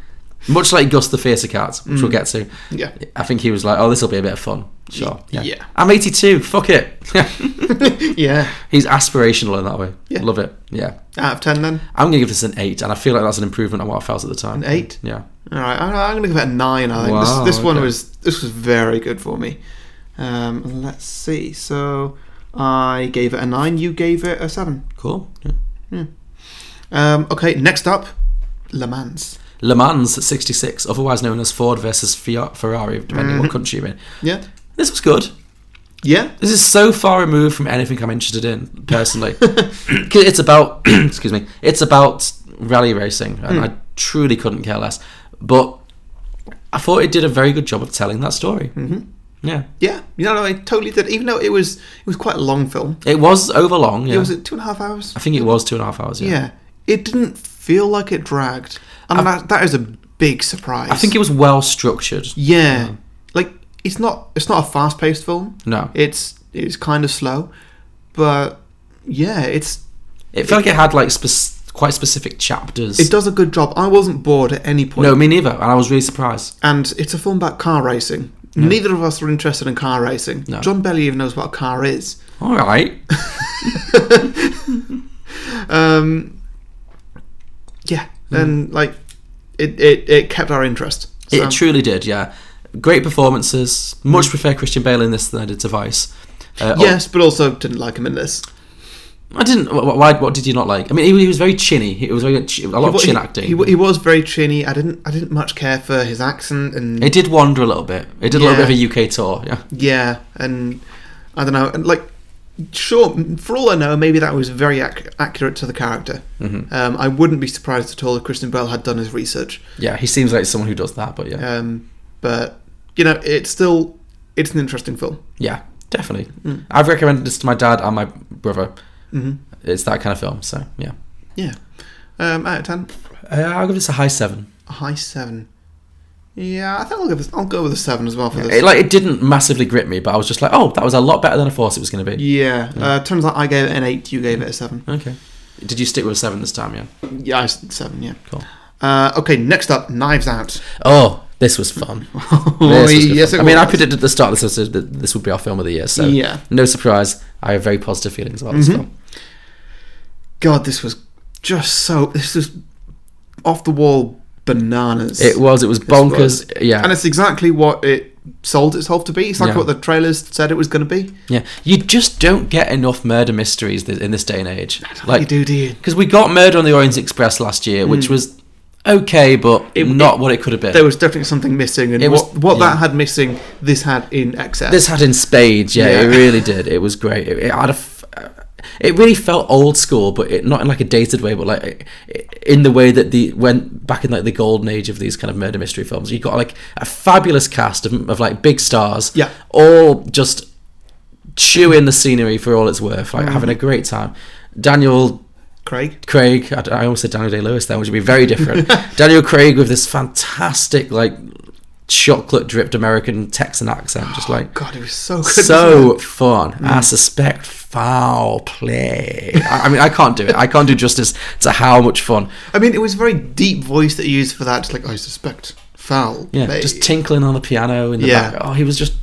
B: Much like Gus the Theatre Cat, which
A: Mm.
B: we'll get to.
A: Yeah.
B: I think he was like, "Oh, this will be a bit of fun." Sure.
A: Y- yeah.
B: I'm 82. Fuck it.
A: yeah,
B: He's aspirational in that way.
A: Yeah.
B: Love it. Yeah.
A: out of ten then.
B: I'm gonna give this an eight, and I feel like that's an improvement on what I felt at the time.
A: An eight?
B: Yeah.
A: All right, I'm, I'm gonna give it a nine. I think
B: Wow,
A: this, this one
B: okay.
A: was this was very good for me. Um, let's see. So I gave it a nine. You gave it a seven.
B: Cool. Yeah.
A: Um, okay, next up, Le Mans.
B: Le Mans at 66, otherwise known as Ford versus Fiat Ferrari, depending what country you're in.
A: Yeah,
B: This was good.
A: yeah,
B: This is so far removed from anything I'm interested in personally. 'Cause it's about excuse me. It's about rally racing,
A: Hmm.
B: and I truly couldn't care less. But I thought it did a very good job of telling that story. Mm-hmm. Yeah,
A: yeah. You know, I totally did. Even though it was it was quite a long film.
B: it was over long. Yeah,
A: It was it two and a half hours.
B: I think it was two and a half hours. Yeah.
A: Yeah. it didn't feel like it dragged, and that that is a big surprise.
B: I think it was well structured.
A: yeah, like it's not it's not a fast paced film.
B: No,
A: It's it's kind of slow, but yeah, it's
B: it felt like it had like spec- quite specific chapters.
A: it does a good job. I wasn't bored at any point.
B: no, me neither, and I was really surprised.
A: and it's a film about car racing. Neither of us are interested in car racing.
B: No.
A: John Belly even knows what a car is.
B: All right.
A: Um, yeah, and like it, it, it kept our interest. So,
B: Mm. It truly did, yeah. Great performances. Much prefer Christian Bale in this than I did to Vice. Uh, oh,
A: yes, but also didn't like him in this.
B: I didn't. wh- wh- Why? What did you not like? I mean, he, he was very chinny. He was very chi- a lot
A: He-
B: of chin
A: he-
B: acting.
A: He, he was very chinny. I didn't I didn't much care for his accent and
B: it did wander a little bit. It did a
A: Yeah.
B: little bit of a UK tour. Yeah,
A: yeah and I don't know and like sure for all I know maybe that was very ac- accurate to the character.
B: Mm-hmm.
A: Um, I wouldn't be surprised at all if Kristen Bell had done his research.
B: yeah. He seems like someone who does that. But yeah, yeah,
A: Um, but you know it's still it's an interesting film.
B: Mm. definitely. I've recommended this to my dad and my brother. It's that kind of film. So yeah,
A: Yeah. Um, out of ten,
B: uh, I'll give this a high seven.
A: a high seven. Yeah, I think I'll give this. I'll go with a seven as well for this.
B: It, like it didn't massively grip me, but I was just like, oh, that was a lot better than I thought it was going to be.
A: yeah. Uh, turns out I gave it an eight. You gave it a seven.
B: Okay. Did you stick with a seven this time? Yeah.
A: Yeah, I s- seven. Yeah.
B: Cool.
A: Uh, okay, next up, Knives Out.
B: Oh, this was fun.
A: Oh,
B: This was good
A: yes,
B: fun.
A: it
B: I mean, I
A: was.
B: predicted at the start of this episode that this would be our film of the year, so
A: Yeah.
B: no surprise. I have very positive feelings about
A: Mm-hmm.
B: this film.
A: God, this was just so. This was off the wall bananas.
B: It was, it was
A: was.
B: bonkers. Yeah,
A: and it's exactly what it sold itself to be. It's like
B: Yeah.
A: what the trailers said it was going to be.
B: yeah. You just don't get enough murder mysteries th- in this day and age.
A: you do, Mm. do you?
B: because we got Murder on the Orient Express last year, which was okay, but not what it could have been.
A: There was definitely something missing, and
B: It was-
A: what, what
B: yeah.
A: that had missing, this had in excess.
B: this had in spades. Yeah, it
A: Yeah.
B: really did. It was great. It, it had a. F- uh, it really felt old school, but it, not in like a dated way, but like i- in the way that the went back in like the golden age of these kind of murder mystery films. You got like a fabulous cast of, of like big stars,
A: Yeah.
B: all just chewing the scenery for all it's worth,
A: Mm.
B: like having a great time. Daniel
A: Craig.
B: Craig, I, I almost said Daniel Day Lewis then, which would be very different. Daniel Craig with this fantastic, like, chocolate dripped American Texan accent, just like,
A: God, it was so good. wasn't
B: so fun.
A: Mm.
B: I suspect foul play. I, I mean, I can't do it. I can't do justice to how much fun.
A: it? I mean, it was a very deep voice that he used for that. Just like I suspect foul.
B: Yeah,
A: play."
B: just tinkling on the piano in the
A: Yeah.
B: back. Oh, he was just.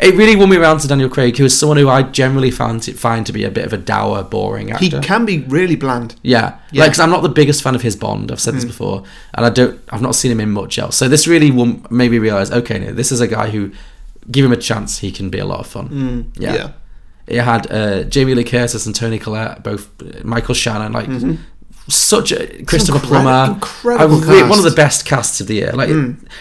B: It really won me around to Daniel Craig, who is someone who I generally found to, find to be a bit of a dour, boring actor.
A: he can be really bland.
B: Yeah,
A: Yeah. Mm.
B: like 'cause I'm not the biggest fan of his Bond. I've said this before, and I don't. I've not seen him in much else. So this really will made me realize, okay, no, this is a guy who, give him a chance, he can be a lot of fun.
A: Mm.
B: yeah.
A: yeah.
B: it had uh, Jamie Lee Curtis and Tony Collette, both Michael Shannon, like such a Christopher
A: incredi-
B: Plummer,
A: Mm-hmm. incredible
B: I re- one
A: cast. Mm.
B: of the best casts of the year. Like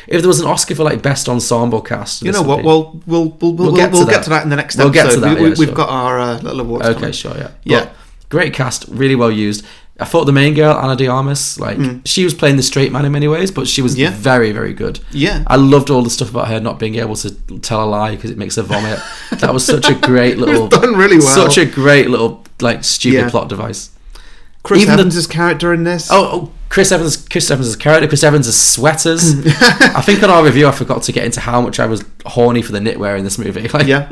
B: if there was an Oscar for like best ensemble cast,
A: You
B: this
A: know
B: would
A: what?
B: be-
A: Well, we'll we'll we'll,
B: get
A: get,
B: to
A: we'll
B: that.
A: get to that in the next
B: We'll get to
A: episode.
B: that,
A: we, we,
B: yeah,
A: we've
B: sure.
A: got our uh, little awards.
B: Okay,
A: coming.
B: sure, yeah. But
A: Yeah.
B: great cast, really well used. I thought the main girl, Anna de Armas, like she was playing the straight man in many ways, but she was
A: Mm. Yeah.
B: very, very good.
A: Yeah.
B: I loved all the stuff about her not being able to tell a lie because it makes her vomit. that was such a great little,
A: done really well.
B: such a great little like stupid
A: Yeah.
B: plot device.
A: Chris
B: Even the-
A: Evans' character in this.
B: Oh, oh, Chris Evans, Chris Evans' character, Chris Evans' sweaters. I think on our review, I forgot to get into how much I was horny for the knitwear in this movie. Like,
A: Yeah.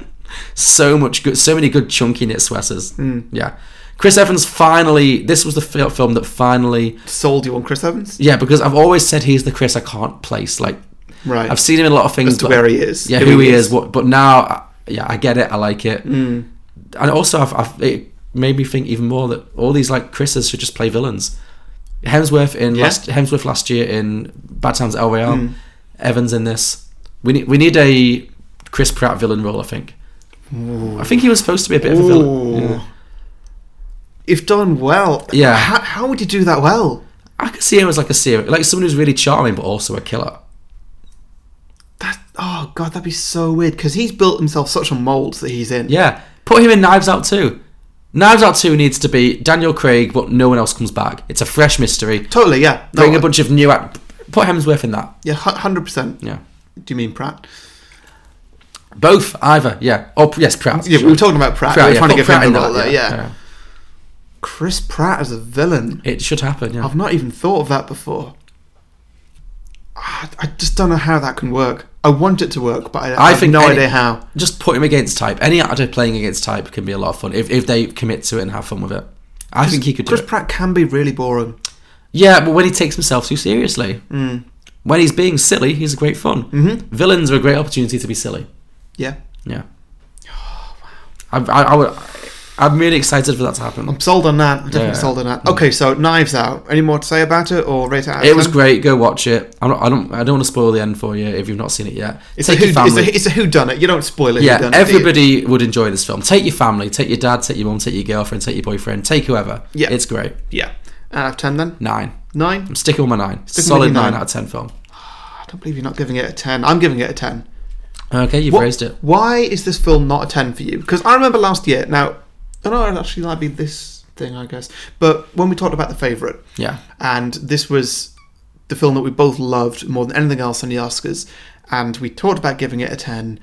B: so much good, so many good chunky knit sweaters.
A: Hmm.
B: Yeah, Chris Evans finally. This was the fil- film that finally.
A: sold you on Chris Evans.
B: Yeah, because I've always said he's the Chris I can't place. Like,
A: Right.
B: I've seen him in a lot of things.
A: As to
B: but-
A: where he is,
B: Yeah, who, he is. Mm. What? But now, I- yeah, I get it. I like it. And also, I've, I've, it made me think even more that all these like Chris's should just play villains. Hemsworth in
A: Yeah.
B: last Hemsworth last year in Bad Times at El Royale. Evans in this. We need we need a Chris Pratt villain role. I think. I think he was supposed to be a bit of a villain.
A: Ooh.
B: Yeah.
A: If done well,
B: Yeah.
A: How, how would you do that well?
B: I could see him as like a serial, like someone who's really charming but also a killer.
A: That oh god, that'd be so weird because he's built himself such a mold that he's in.
B: Yeah, put him in Knives Out too. Knives Out 2 needs to be Daniel Craig, but no one else comes back. It's a fresh mystery.
A: Totally. Yeah. No, uh,
B: Bring a bunch of new act. Put Hemsworth in that.
A: Yeah, hundred percent.
B: Yeah.
A: Do you mean Pratt?
B: Both, either, yeah. Oh, p- yes, Pratt.
A: Yeah, we were talking about Pratt. we were
B: yeah,
A: trying to
B: put
A: give
B: Pratt
A: him
B: in
A: the
B: that,
A: role there. Yeah. Chris Pratt as a villain.
B: It should happen, yeah.
A: I've not even thought of that before. Ah, I just don't know how that can work. I want it to work, but I, I, have
B: think
A: no
B: any-
A: idea how.
B: Just put him against type. Any actor playing against type can be a lot of fun if, if they commit to it and have fun with it. I think he could do
A: Chris
B: it.
A: Pratt can be really boring.
B: Yeah, but when he takes himself too seriously,
A: Mm.
B: when he's being silly, he's great fun. Mm-hmm. Villains are a great opportunity to be silly.
A: Yeah.
B: Yeah. I'm, I, I would, I'm really excited for that to happen.
A: I'm sold on that. I'm definitely
B: Yeah. Mm.
A: sold on that. Okay, so Knives Out. Any more to say about it or rate it out? of
B: It was
A: 10?
B: great. Go watch it. I don't. I don't. I don't want to spoil the end for you if you've not seen it yet.
A: It's
B: take
A: a
B: your
A: who. It's
B: family.
A: a, it's a who done it. You don't spoil it.
B: yeah,
A: whodunit, do you?
B: everybody would enjoy this film. Take your family. Take your dad. Take your mum. Take your girlfriend. Take your boyfriend. Take whoever.
A: Yeah.
B: it's great.
A: Yeah. Out of ten, then
B: Nine.
A: nine.
B: I'm sticking with my nine.
A: Sticking with
B: Solid
A: your
B: nine.
A: nine.
B: out of ten film.
A: I don't believe you're not giving it a ten. I'm giving it a ten.
B: Okay, you've
A: What-
B: raised it.
A: Why is this film not a 10 for you? Because I remember last year, now, I know it actually might be this thing, I guess, but when we talked about The Favourite,
B: Yeah.
A: and this was the film that we both loved more than anything else on the Oscars, and we talked about giving it a 10,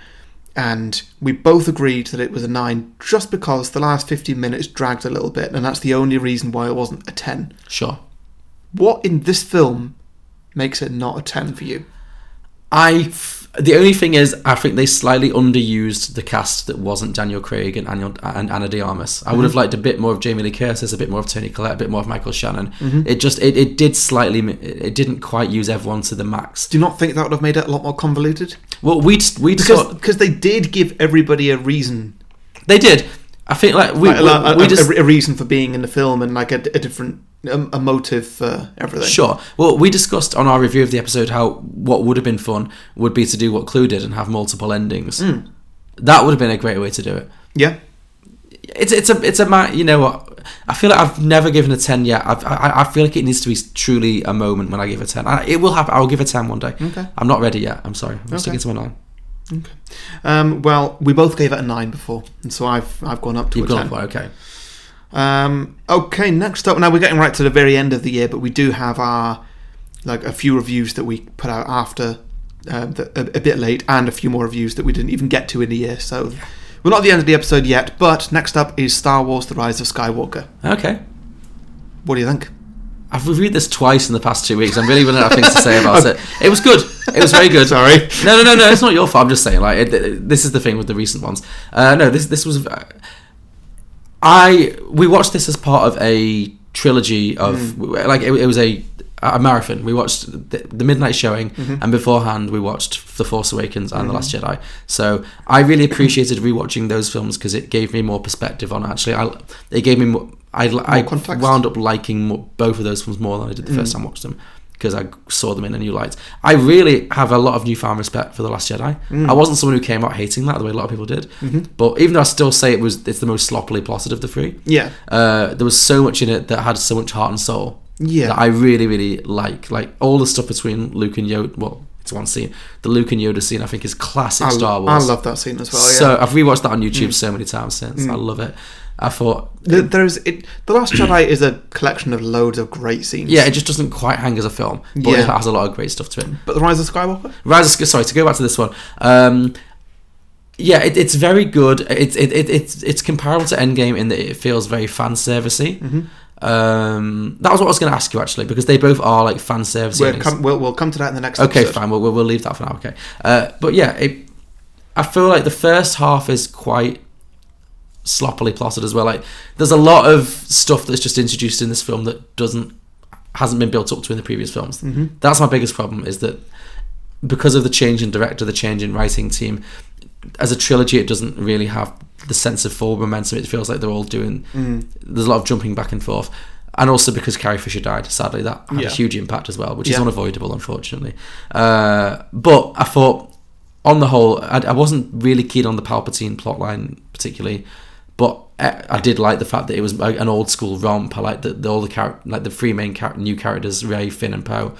A: and we both agreed that it was a 9 just because the last 15 minutes dragged a little bit, and that's the only reason why it wasn't a 10.
B: Sure.
A: What in this film makes it not a 10 for you?
B: I. F- the only thing is, I think they slightly underused the cast that wasn't Daniel Craig and, Anil, and Anna De Armas. I would
A: Mm-hmm.
B: have liked a bit more of Jamie Lee Curtis, a bit more of Tony Collette, a bit more of Michael Shannon.
A: Mm-hmm.
B: It just it, it did slightly mi- it it didn't quite use everyone to the max.
A: Do you not think that would have made it a lot more convoluted?
B: Well, we would we would
A: Because because they did give everybody a reason,
B: they did. I think like we
A: like, uh, a,
B: we-
A: a-
B: we
A: a-
B: just
A: a reason for being in the film and like a, a different um, a motive for everything.
B: Sure. Well, we discussed on our review of the episode how what would have been fun would be to do what Clue did and have multiple endings.
A: Mm.
B: That would have been a great way to do it.
A: Yeah.
B: It's it's a it's a ma- you know what I feel like I've never given a ten yet. I've, I I feel like it needs to be truly a moment when I give a ten. I, it will happen. I'll give a ten one day.
A: Okay.
B: I'm not ready yet. I'm sorry. I'm sticking to my nine.
A: Um, well, we both gave it a nine before, and so I've I've gone up to
B: You've
A: a ten.
B: gone for it, okay.
A: Um, okay, next up. Now we're getting right to the very end of the year, but we do have our like a few reviews that we put out after uh, the, a, a bit late, and a few more reviews that we didn't even get to in the year. So we're not at the end of the episode yet. But next up is Star Wars: The Rise of Skywalker.
B: Okay.
A: What do you think?
B: I've reviewed this twice in the past two weeks. I'm really running out of things to say about it. It was good. It was very good.
A: Sorry.
B: No, no, no, no. It's not your fault. I'm just saying. Like, it, it- this is the thing with the recent ones. Uh, no, this this was. I we watched this as part of a trilogy of like it, it was a a marathon. We watched the, the midnight showing, and beforehand we watched The Force Awakens and The Last Jedi. So I really appreciated rewatching those films because it gave me more perspective on actually. I it gave me more. I, I
A: context.
B: wound up liking mo both of those films more than I did the
A: Mm.
B: first time I watched them because I saw them in a new light. I really have a lot of newfound respect for The Last Jedi.
A: Mm.
B: I wasn't someone who came out hating that the way a lot of people did,
A: Mm-hmm.
B: but even though I still say it was, it's the most sloppily plotted of the three.
A: Yeah,
B: Uh, there was so much in it that had so much heart and soul.
A: Yeah.
B: that I really, really like. Like all the stuff between Luke and Yoda. Well, it's one scene. The Luke and Yoda scene, I think, is classic
A: I,
B: Star
A: I
B: Wars.
A: love that scene as well. Yeah. Mm.
B: So I've rewatched that on YouTube so many times since. I love it. I thought
A: Th- There's it. The Last Jedi is a collection of loads of great scenes.
B: Yeah, it just doesn't quite hang as a film, but
A: Yeah.
B: it has a lot of great stuff to it.
A: but the Rise of Skywalker.
B: Rise of, Sk- sorry to go back to this one. Um, yeah, it, it's very good. It's it, it, it's it's comparable to Endgame in that it feels very fan servicey.
A: Mm-hmm.
B: Um, that was what I was going to ask you actually because they both are like fan servicey.
A: We're
B: and it's-
A: com- we'll we'll come to that in the next.
B: Okay,
A: episode.
B: fine. We'll, we'll, we'll leave that for now. Okay. Uh, but yeah, it, I feel like the first half is quite sloppily plotted as well. Like, there's a lot of stuff that's just introduced in this film that doesn't hasn't been built up to in the previous films.
A: Mm-hmm.
B: That's my biggest problem is that because of the change in director, the change in writing team, as a trilogy, it doesn't really have the sense of forward momentum. It feels like they're all doing.
A: Mm.
B: There's a lot of jumping back and forth, and also because Carrie Fisher died, sadly, that had
A: Yeah.
B: a huge impact as well, which is
A: Yeah.
B: unavoidable, unfortunately. Uh, but I thought, on the whole, I, I wasn't really keen on the Palpatine plotline particularly, but I, I did like the fact that it was like an old school romp. I liked that the, all the char- like the three main char- new characters, Ray, Finn, and Poe,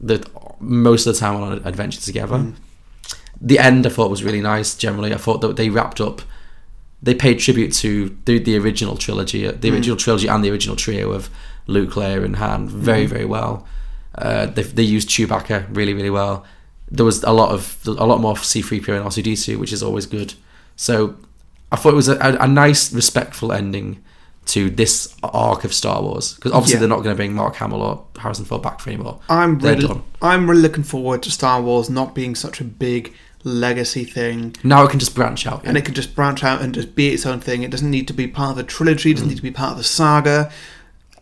B: that most of the time on an adventure together the end I thought was really nice. Generally, I thought that they wrapped up. They paid tribute to the, the original trilogy, uh,
A: Hmm.
B: the original trilogy, and the original trio of Luke, Leia, and Han very,
A: Hmm.
B: very well. Uh, they, they used Chewbacca really, really well. There was a lot of a lot more C three PO and R two D two, which is always good. So I thought it was a, a, a nice, respectful ending to this arc of Star Wars because obviously
A: Yeah.
B: they're not going to bring Mark Hamill or Harrison Ford back for anymore.
A: I'm
B: They're
A: really,
B: done.
A: I'm really looking forward to Star Wars not being such a big legacy thing,
B: Now it can just branch out. yeah.
A: and it can just branch out and just be its own thing. It doesn't need to be part of a trilogy. It
B: Mm.
A: doesn't need to be part of a saga.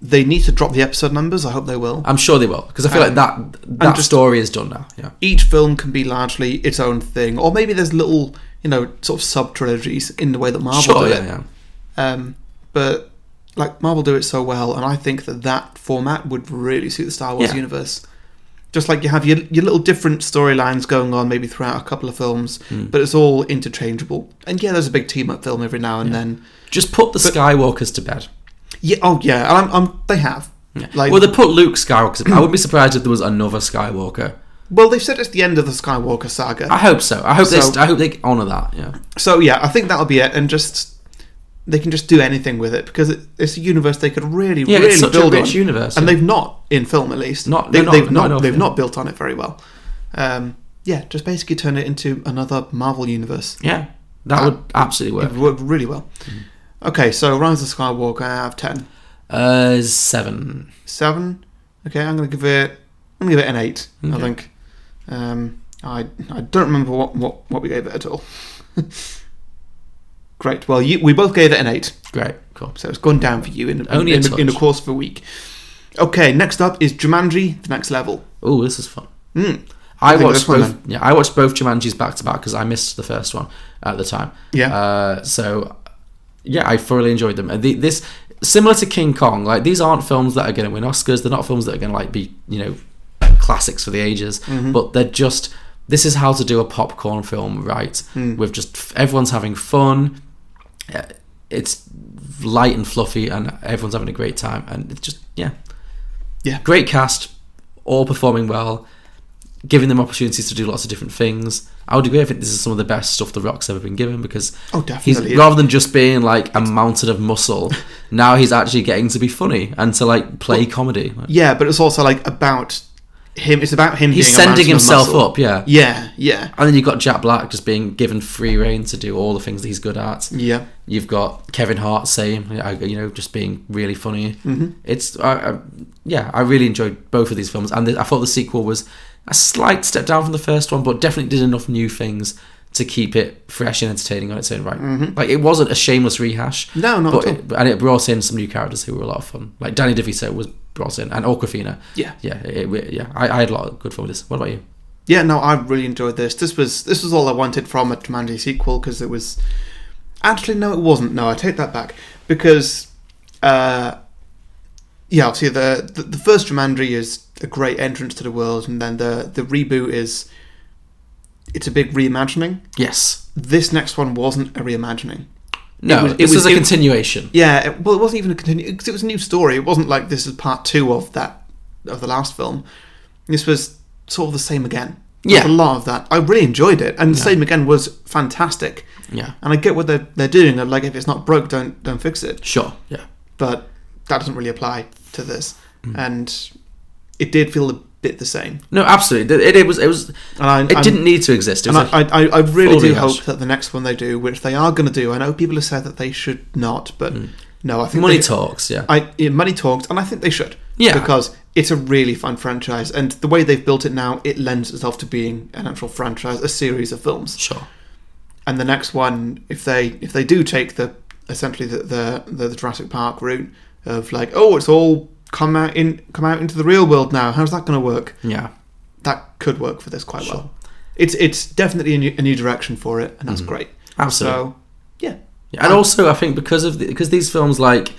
A: They need to drop the episode numbers. I hope they will.
B: I'm sure they will because I feel
A: Um,
B: like that that
A: just-
B: story is done now. Yeah,
A: Each film can be largely its own thing, or maybe there's little, you know, sort of sub trilogies in the way that Marvel
B: sure.
A: do
B: Yeah,
A: it.
B: yeah.
A: Um, but like Marvel do it so well, and I think that that format would really suit the Star Wars
B: Yeah.
A: universe. Just like you have your your little different storylines going on maybe throughout a couple of films,
B: Hmm.
A: but it's all interchangeable. And yeah, there's a big team up film every now and then.
B: Just put the Skywalkers to bed.
A: Yeah, oh yeah, and I'm, I'm, they have.
B: Yeah.
A: Like,
B: well, they put Luke Skywalker. To bed. I wouldn't be surprised if there was another Skywalker.
A: well, they've said it's the end of the Skywalker saga.
B: I hope so. I hope
A: So-
B: they. I hope they honor that. Yeah.
A: So yeah, I think that'll be it, and just they can just do anything with it because it, it's a universe they could really,
B: Yeah,
A: really
B: it's such a
A: build
B: rich
A: on.
B: universe.
A: and
B: yeah.
A: they've not in film at least.
B: Not-
A: they,
B: no, not-
A: they've
B: not
A: not,
B: enough,
A: they've
B: yeah.
A: not built on it very well. Um, yeah, just basically turn it into another Marvel universe.
B: Yeah, that
A: Uh,
B: would absolutely
A: It
B: work.
A: worked really well.
B: Mm-hmm.
A: Okay, so Rise of Skywalker out of ten.
B: Uh, seven.
A: seven. Okay, I'm gonna give it. I'm gonna give it an eight. I
B: Okay.
A: think. Um, I I don't remember what what, what we gave it at all. Great. Well, you, we both gave it an eight,
B: Great, cool.
A: so it's gone down for you in, in,
B: Only a
A: in, the- in the
B: touch.
A: course of a week. Okay, next up is Jumanji: The Next Level.
B: Oh, this is fun.
A: Mm. I
B: I,
A: think
B: watched
A: this one
B: both. Yeah, I watched both Jumanji's back to back because I missed the first one at the time.
A: Yeah.
B: Uh, so, yeah, I thoroughly enjoyed them. And the, this similar to King Kong, like these aren't films that are going to win Oscars. They're not films that are going to like be you know classics for the ages.
A: Mm-hmm.
B: But they're just this is how to do a popcorn film right
A: Hmm.
B: with just everyone's having fun. Uh, It's light and fluffy, and everyone's having a great time. And it's just yeah,
A: Yeah.
B: great cast, all performing well giving them opportunities to do lots of different things. I would agree. I think this is some of the best stuff The Rock's ever been given because
A: Oh,
B: he's
A: definitely.
B: rather than just being like a mountain of muscle, now he's actually getting to be funny and to like play comedy.
A: yeah, but it's also like about him. It's about him.
B: He's
A: being a
B: sending
A: mountain of
B: himself
A: muscle.
B: up, yeah.
A: Yeah, yeah,
B: And then you've got Jack Black just being given free reign to do all the things that he's good at.
A: yeah.
B: You've got Kevin Hart same, I- you know, just being really funny.
A: Mm-hmm.
B: It's, I, I, yeah, I really enjoyed both of these films, and the, I thought the sequel was a slight step down from the first one, but definitely did enough new things to keep it fresh and entertaining on its own right. Like it wasn't a shameless rehash.
A: Mm-hmm. No, not at
B: but
A: all.
B: It, and it brought in some new characters who were a lot of fun. Like Danny DeVito was brought in, and Aquafina.
A: Yeah.
B: yeah, it, it- yeah. I, I had a lot of good fun with this. What about you?
A: Yeah, no, I really enjoyed this. This was this was all I wanted from a Jumanji sequel because it was. Actually, no, it wasn't. No, I take that back because, uh, yeah, obviously the, the the first Jumanji is a great entrance to the world, and then the the reboot is. It's a big reimagining.
B: Yes.
A: This next one wasn't a reimagining.
B: No,
A: was-
B: it was,
A: it
B: this
A: was-
B: was, a
A: it-
B: continuation.
A: Yeah, it, well, it wasn't even a continue because it was a new story. It wasn't like this is part two of that of the last film. This was sort of the same again. There was
B: Yeah.
A: a lot of that. I really enjoyed it, and the same again was fantastic.
B: Yeah,
A: And I get what they're they're doing. and, Like if it's not broke, don't don't fix it.
B: sure. Yeah.
A: But that doesn't really apply to this,
B: Mm.
A: and it did feel a bit the same.
B: No, absolutely. It, it was. It was.
A: And I,
B: It
A: I'm-
B: didn't need to exist. It
A: And
B: was like,
A: I, I, I really
B: full
A: do
B: rehash.
A: hope that the next one they do, which they are going to do, I know people have said that they should not, but no, I think
B: Mm. money
A: they-
B: talks. Yeah.
A: I yeah, money talks, and I think they should.
B: Yeah.
A: Because it's a really fun franchise, and the way they've built it now, it lends itself to being an actual franchise, a series of films.
B: sure.
A: And the next one, if they if they do take the essentially the the, the, Jurassic Park route of like, oh, it's all come out in come out into the real world now. How's that going to work?
B: Yeah.
A: That could work for this quite
B: Sure. Mm.
A: well. It's it's definitely a new, a new direction for it, and that's great.
B: Absolutely.
A: So yeah,
B: Yeah, and also, I think because of the, because these films like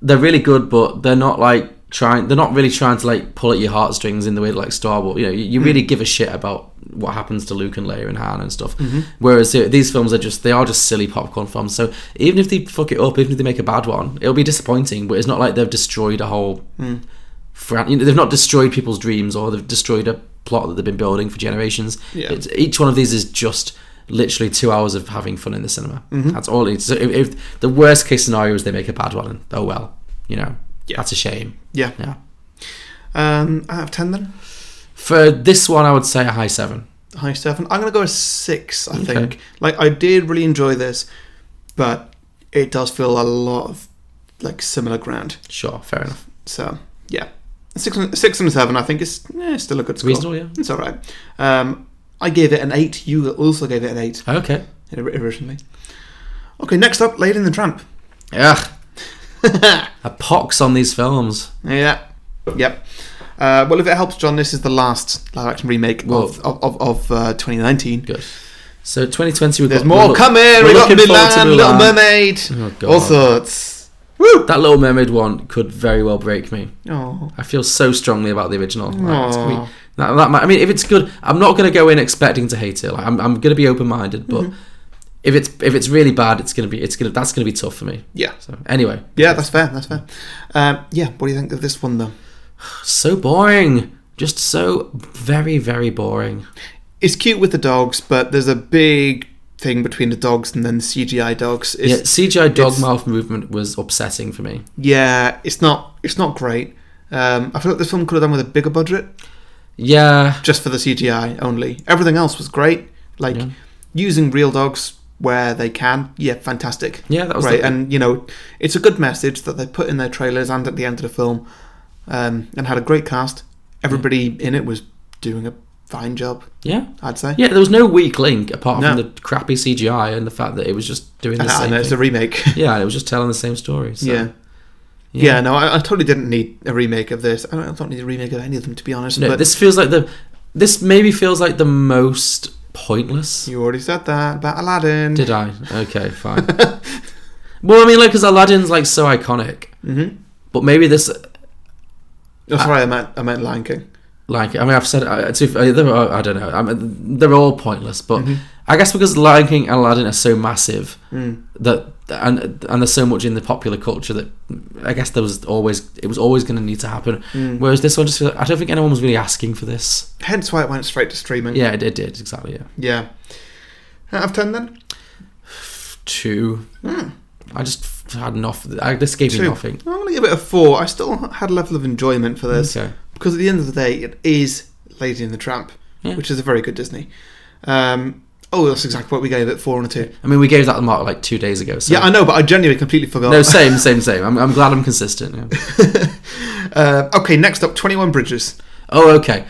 B: they're really good, but they're not like trying. They're not really trying to like pull at your heartstrings in the way that, like Star Wars. You know, you, you
A: Mm.
B: really give a shit about what happens to Luke and Leia and Han and stuff.
A: Mm-hmm.
B: Whereas uh, these films are just they are just silly popcorn films. So even if they fuck it up, even if they make a bad one, it'll be disappointing. But it's not like they've destroyed a whole. Fran- you know, they've not destroyed people's dreams or they've destroyed a plot that they've been building for generations.
A: Yeah.
B: It's- each one of these is just literally two hours of having fun in the cinema.
A: Mm-hmm.
B: That's all. It's, so if, if the worst case scenario is they make a bad one, and oh well, you know,
A: Yeah.
B: that's a shame.
A: yeah.
B: Yeah.
A: Um, out of ten then.
B: For this one, I would say a high seven.
A: high seven. I'm gonna go a six. I
B: Okay.
A: think. Like I did really enjoy this, but it does feel a lot of like similar ground.
B: Sure, fair enough.
A: So yeah, six and, six and a seven. I think is eh, still a good score.
B: Reasonable, yeah.
A: It's all right. Um, I gave it an eight. You also gave it an eight
B: Okay.
A: originally. Okay, next up, Lady and the Tramp.
B: Ugh. a pox on these films.
A: Yeah. Yep. Uh, well, if it helps, John, this is the last live action remake
B: Well-
A: of of, of, of uh, 2019.
B: Good. So 2020, we've
A: There's
B: got
A: more
B: we're-
A: coming.
B: we're
A: We got
B: looking forward to
A: Milan, Little
B: Mulan.
A: Mermaid,
B: Oh, God.
A: all sorts. Woo!
B: That Little Mermaid one could very well break me.
A: Oh,
B: I feel so strongly about the original. Like, it's gonna be-
A: Aw.
B: that, that might, I mean, if it's good, I'm not going to go in expecting to hate it. Like, I'm, I'm going to be open minded, but
A: Mm-hmm.
B: if it's if it's really bad, it's going to be it's going to that's going to be tough for me.
A: yeah,
B: So anyway,
A: yeah, that's fair. That's fair. Um, yeah, what do you think of this one though?
B: so boring, just so very very boring.
A: It's cute with the dogs, but there's a big thing between the dogs and then the CGI dogs.
B: Yeah,
A: It's,
B: CGI dog
A: it's-
B: mouth movement was upsetting for me.
A: yeah. it's not, it's not great. Um, I feel like this film could have done with a bigger budget.
B: Yeah,
A: just for the CGI only. Everything else was great. Like
B: Yeah.
A: using real dogs where they can, yeah, fantastic.
B: Yeah, that was
A: right.
B: the-
A: And you know, it's a good message that they put in their trailers and at the end of the film, um, and had a great cast. Everybody in it was doing a fine job.
B: yeah,
A: I'd say.
B: yeah. There was no weak link apart from
A: No.
B: the crappy CGI and the fact that it was just doing the
A: and,
B: same.
A: and it's
B: thing.
A: a remake.
B: Yeah, and it was just telling the same story. So.
A: yeah. Yeah, no, I, I totally didn't need a remake of this. I don't, I don't need a remake of any of them, to be honest.
B: No,
A: but
B: this feels like the this maybe feels like the most pointless.
A: you already said that about Aladdin.
B: Did I? Okay, fine. well, I mean, like, because Aladdin's like so iconic,
A: Mm-hmm.
B: but maybe this,
A: Oh, sorry, I, meant I meant Lion King.
B: like, I mean, I've said, I, to, I, they're all- I don't know, I mean, they're all pointless, but
A: Mm-hmm.
B: I guess because Lion King and Aladdin are so massive
A: Mm.
B: that and and there's so much in the popular culture that I guess there was always it was always going to need to happen.
A: Mm.
B: Whereas this one just feels, I don't think anyone was really asking for this.
A: Hence why it went straight to streaming.
B: Yeah, it, it did exactly. Yeah,
A: Yeah. Out of 10 then?
B: two.
A: Hmm.
B: I just had nothing. I, this gave
A: Two.
B: me nothing.
A: I'm going to give it a 4. I still had a level of enjoyment for this.
B: Okay.
A: Because at the end of the day, it is Lady and the Tramp,
B: Yeah.
A: which is a very good Disney. Um, oh, that's exactly what we gave it 4 and a 2.
B: I mean, we gave that the mark like two days ago. So.
A: Yeah, I know, but I genuinely completely forgot.
B: No, same, same, same. I'm, I'm glad I'm consistent. yeah.
A: uh, okay, next up 21 Bridges.
B: Oh, okay.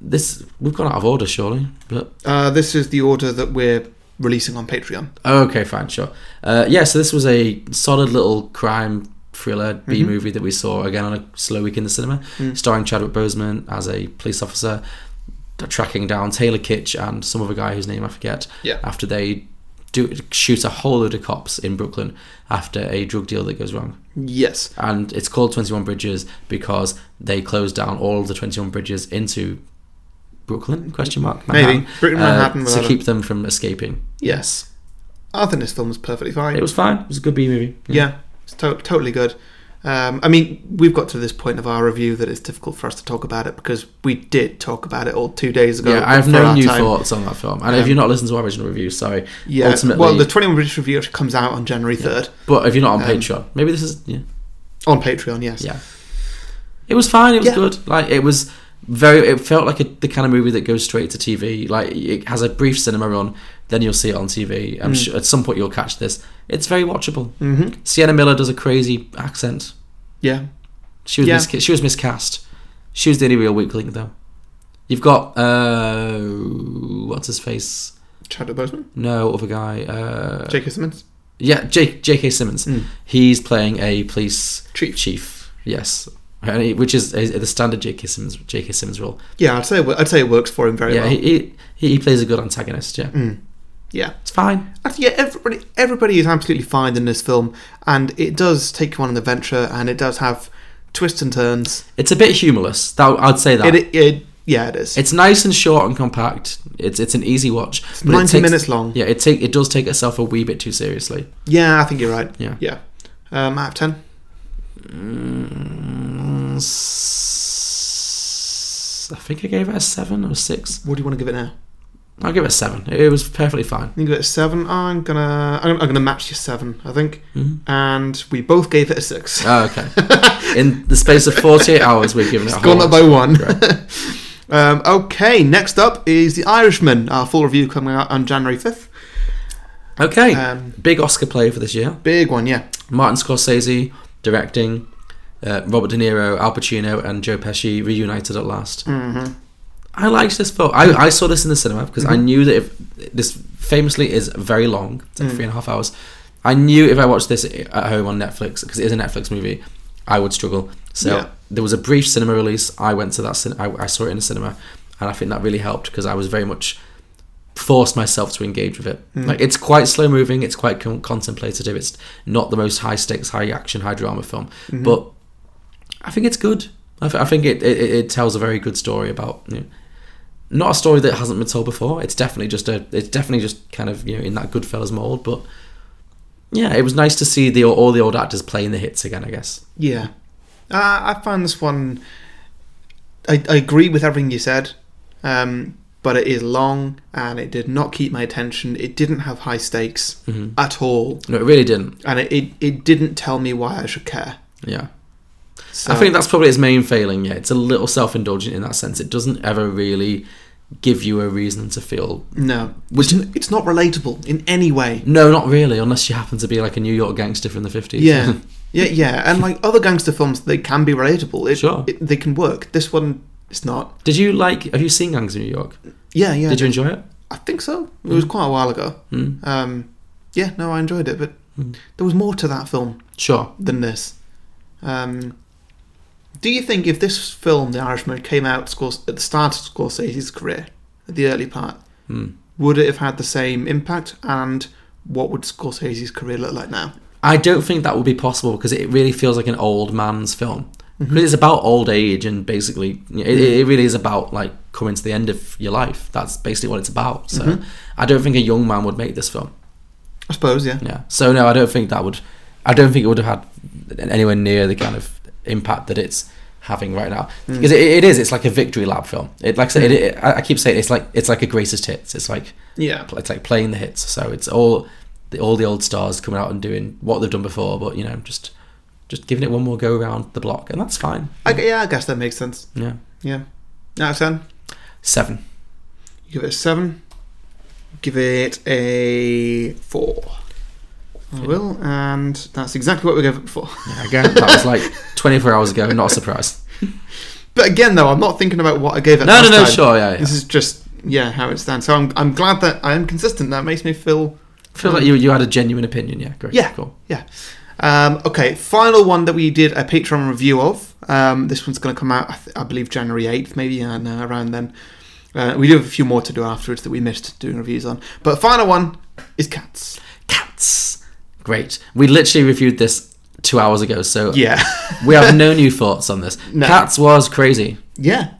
B: This we've gone out of order, surely. But
A: Uh, this is the order that we're releasing on Patreon.
B: oh, okay, fine, sure. Uh, yeah, so this was a solid little crime thriller B
A: Mm-hmm.
B: movie that we saw again on a slow week in the cinema,
A: Mm.
B: starring Chadwick Boseman as a police officer tracking down Taylor Kitsch and some other guy whose name I forget.
A: Yeah.
B: After they do shoot a whole load of cops in Brooklyn after a drug deal that goes wrong.
A: Yes.
B: and it's called 21 bridges because they closed down all the 21 bridges into brooklyn question mark
A: Maybe. Brooklyn, Manhattan,
B: to
A: whatever.
B: Uh, keep them from escaping
A: Yes. I think this film is perfectly fine.
B: it was fine it was a good b movie
A: yeah, it's to- totally good. Um, I mean, we've got to this point of our review that it's difficult for us to talk about it because we did talk about it all two days ago.
B: yeah i have
A: for
B: no
A: our
B: new
A: time.
B: thoughts on that film and if
A: Um,
B: you're not listened to our original review sorry
A: Yeah,
B: ultimately
A: well, the 21 British review actually comes out on January 3rd
B: but if you're not on
A: um,
B: patreon maybe this is yeah
A: on Patreon. Yes.
B: yeah it was fine it was
A: Yeah.
B: good like it was very it felt like a, the kind of movie that goes straight to tv like it has a brief cinema run then you'll see it on tv
A: Mm.
B: i'm sure at some point you'll catch this it's very watchable
A: hmm
B: Sienna Miller does a crazy accent.
A: Yeah.
B: She was
A: Yeah.
B: misca- she was miscast. She was the only real weak link, though. You've got uh, what's his face?
A: Chadwick Boseman,
B: No, other guy. Uh,
A: J.K. Simmons,
B: yeah, J- J.K. Simmons.
A: Mm.
B: He's playing a police
A: Chief.
B: chief. Yes, And he- which is, is the standard J.K. Simmons J.K. Simmons role.
A: Yeah, I'd say it wo- I'd say it works for him very
B: yeah,
A: well.
B: he, he he plays a good antagonist. Yeah,
A: Mm. Yeah.
B: it's fine.
A: Actually, yeah, everybody everybody is absolutely fine in this film, and it does take you on an adventure, and it does have twists and turns.
B: It's a bit humorless. That I'd say that.
A: It, it, it yeah, it is.
B: It's nice and short and compact. It's it's an easy watch. but it
A: 90
B: takes-
A: minutes long.
B: Yeah, it take it does take itself a wee bit too seriously.
A: Yeah, I think you're right.
B: Yeah.
A: Yeah. Um, out of 10.
B: Mm, s- I think I gave it a seven or a six.
A: What do you want to give it now?
B: I'll give it a seven. It was perfectly fine.
A: You give it a 7. I'm going to I'm going to match your 7, I think.
B: Mhm.
A: And we both gave it a 6.
B: Oh, okay. In the space of forty-eight hours, we've given it.
A: it's
B: a
A: gone
B: whole
A: up by 1.
B: Great.
A: Um, okay, next up is The Irishman, our full review coming out on January 5th.
B: Okay.
A: Um,
B: Big Oscar play for this year.
A: big one, yeah.
B: Martin Scorsese directing. Uh, Robert De Niro, Al Pacino, and Joe Pesci reunited at last.
A: hmm
B: I liked this film. I, I saw this in the cinema because
A: Mm-hmm.
B: I knew that if this famously is very long, it's
A: Mm.
B: like three and a half hours. I knew if I watched this at home on Netflix because it is a Netflix movie, I would struggle. So
A: Yeah.
B: there was a brief cinema release. I went to that. Cin- I, I saw it in the cinema, and I think that really helped because I was very much forced myself to engage with it. Like it's quite slow moving. It's quite con- contemplative. It's not the most high stakes, high action, high drama film, but I think it's good. I, th- I think it, it it tells a very good story about you know, not a story that hasn't been told before. It's definitely just a it's definitely just kind of you know in that Goodfellas mold. But yeah, it was nice to see the all the old actors playing the hits again. I guess.
A: Yeah. Uh, I found this one. I, I agree with everything you said, um, but it is long and it did not keep my attention. It didn't have high stakes
B: hmm
A: at all,
B: No, it really didn't.
A: and it, it, it didn't tell me why I should care.
B: Yeah.
A: So,
B: I think that's probably its main failing. Yeah, it's a little self-indulgent in that sense. It doesn't ever really give you a reason to feel.
A: no, which it's not relatable in any way.
B: No, not really, unless you happen to be like a New York gangster from the fifties.
A: Yeah, yeah, yeah. And like other gangster films, they can be relatable. It,
B: Sure.
A: it- they can work. This one, it's not.
B: Did you like? Have you seen Gangs of New York?
A: Yeah, yeah.
B: Did you enjoy it?
A: I think so. It was quite a while ago.
B: Mm.
A: Um, yeah, no, I enjoyed it, but
B: Mm.
A: there was more to that film
B: Sure.
A: than this. Um, do you think if this film, The Irishman, came out Scors- at the start of Scorsese's career, at the early part,
B: Mm.
A: would it have had the same impact? And what would Scorsese's career look like now?
B: I don't think that would be possible because it really feels like an old man's film.
A: Mm-hmm.
B: Because it's about old age and basically, it, it really is about like coming to the end of your life. That's basically what it's about. So
A: Mm-hmm.
B: I don't think a young man would make this film.
A: I suppose, yeah.
B: Yeah. So no, I don't think that would. I don't think it would have had anywhere near the kind of impact that it's having right now. Because it, it is. It's like a victory lap film. It like I said. It, it, I I keep saying it's like it's like a greatest hits. It's like
A: Yeah.
B: it's like playing the hits. So it's all the all the old stars coming out and doing what they've done before, but you know, just just giving it one more go around the block, and that's fine.
A: I, gu- yeah, I guess that makes sense.
B: Yeah,
A: Yeah. Out of 10,
B: seven.
A: you give it a 7. Give it a 4. I will, and that's exactly what we gave it before.
B: Yeah, again, that was like 24 hours ago. Not a surprise.
A: But again, though, I'm not thinking about what I gave it.
B: No,
A: last
B: no, no.
A: time.
B: Sure, yeah. yeah.
A: This is just yeah how it stands. So I'm I'm glad that I am consistent. That makes me feel um,
B: feel like you you had a genuine opinion. Yeah, great.
A: Yeah.
B: cool.
A: yeah. Um, okay, final one that we did a Patreon review of. Um, this one's going to come out, I, th- I believe, January eighth, maybe uh, no, around then. Uh, we do have a few more to do afterwards that we missed doing reviews on. But final one is cats.
B: Cats. Great. We literally reviewed this two hours ago, so
A: Yeah,
B: we have no new thoughts on this.
A: No.
B: Cats was crazy.
A: yeah.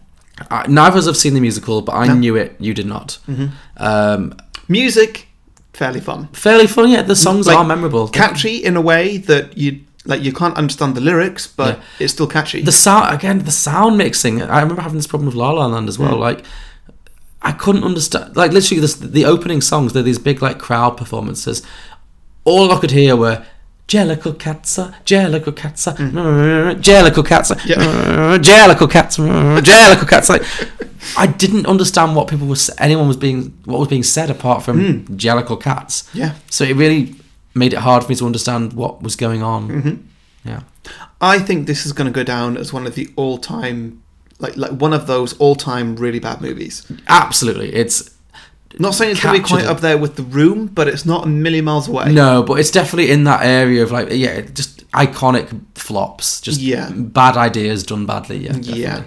B: I, neither of us have seen the musical, but I knew it. You did not.
A: Mm-hmm.
B: Um,
A: Music, fairly fun,
B: fairly fun. Yeah, the songs
A: Like,
B: are memorable.
A: catchy in a way that you like. You can't understand the lyrics, but
B: Yeah.
A: it's still catchy.
B: the sound again the sound mixing i remember having this problem with la la land as well like i couldn't understand like literally this, the opening songs they're these big like crowd performances all i could hear were Jellicle Katza, Jellicle Katza, Jellicle Katza, Jellicle Katza, Jellicle Katza. Like, I didn't understand what people was anyone was being what was being said apart from Jellicle Cats.
A: Yeah.
B: So it really made it hard for me to understand what was going on. Yeah.
A: I think this is going to go down as one of the all-time, like like one of those all-time really bad movies.
B: Absolutely. It's
A: Not saying it's going to be
B: Captured
A: quite
B: it.
A: up there with The Room, but it's not a million miles away.
B: No, but it's definitely in that area of like yeah, just iconic flops, just
A: Yeah.
B: bad ideas done badly. Yeah, definitely.
A: Yeah.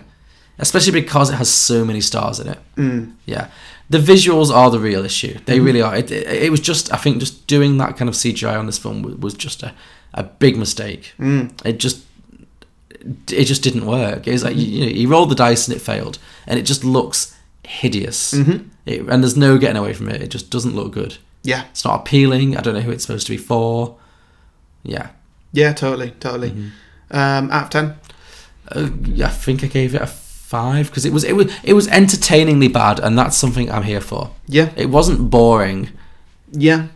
B: Especially because it has so many stars in it. Mm. Yeah, the visuals are the real issue.
A: Mm-hmm.
B: They really are. It, it, it was just I think just doing that kind of CGI on this film was, was just a, a big mistake. Mm. It just it just didn't work. It was
A: Mm-hmm.
B: like you, you know you rolled the dice and it failed, and it just looks hideous.
A: Mm-hmm.
B: It, and there's no getting away from it. It just doesn't look good.
A: Yeah,
B: It's not appealing. I don't know who it's supposed to be for. Yeah.
A: yeah, totally, totally.
B: Mm-hmm.
A: Um, out of ten,
B: Uh, I think I gave it a five because it was it was it was entertainingly bad, and that's something I'm here for.
A: yeah,
B: It wasn't boring.
A: yeah,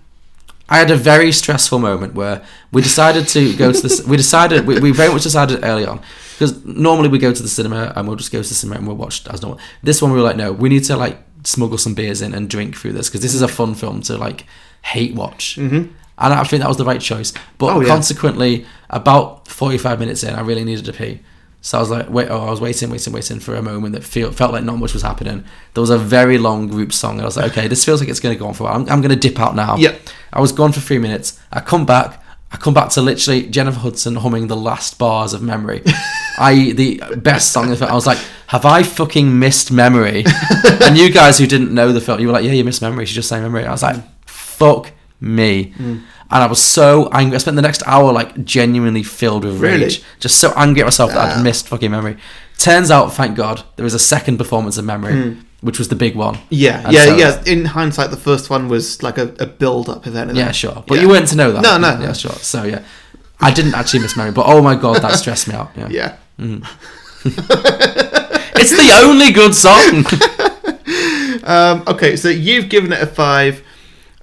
B: I had a very stressful moment where we decided to go to this. We decided we, we very much decided early on because normally we go to the cinema and we'll just go to the cinema and we'll watch as normal. This one we were like, no, we need to like smuggle some beers in and drink through this because this is a fun film to like hate watch. Mm-hmm. And I think that was the right choice. But
A: Oh, yeah.
B: consequently, about forty-five minutes in, I really needed to pee. So I was like, wait, oh, I was waiting, waiting, waiting for a moment that feel, felt like not much was happening. There was a very long group song, and I was like, okay, this feels like it's going to go on for a while. I'm, I'm going to dip out now.
A: Yeah.
B: I was gone for three minutes. I come back. I come back to literally Jennifer Hudson humming the last bars of Memory, i.e., the best song in the film. I was like, "Have I fucking missed Memory?" and you guys who didn't know the film, you were like, "Yeah, you missed Memory." She just sang Memory. I was like, "Fuck me!" And I was so angry. I spent the next hour like genuinely filled with
A: Really?
B: rage, just so angry at myself that I'd missed fucking Memory. Turns out, thank God, there was a second performance of Memory, which was the big one.
A: yeah,
B: And
A: yeah,
B: so-
A: yeah. In hindsight, the first one was like a, a build-up of anything.
B: Yeah, sure. But
A: Yeah.
B: you weren't to know that.
A: No, no,
B: Yeah,
A: no.
B: sure. So yeah, I didn't actually miss Mary, but oh my god, that stressed me out. Yeah,
A: Yeah.
B: it's the only good song.
A: Um, okay, so you've given it a five.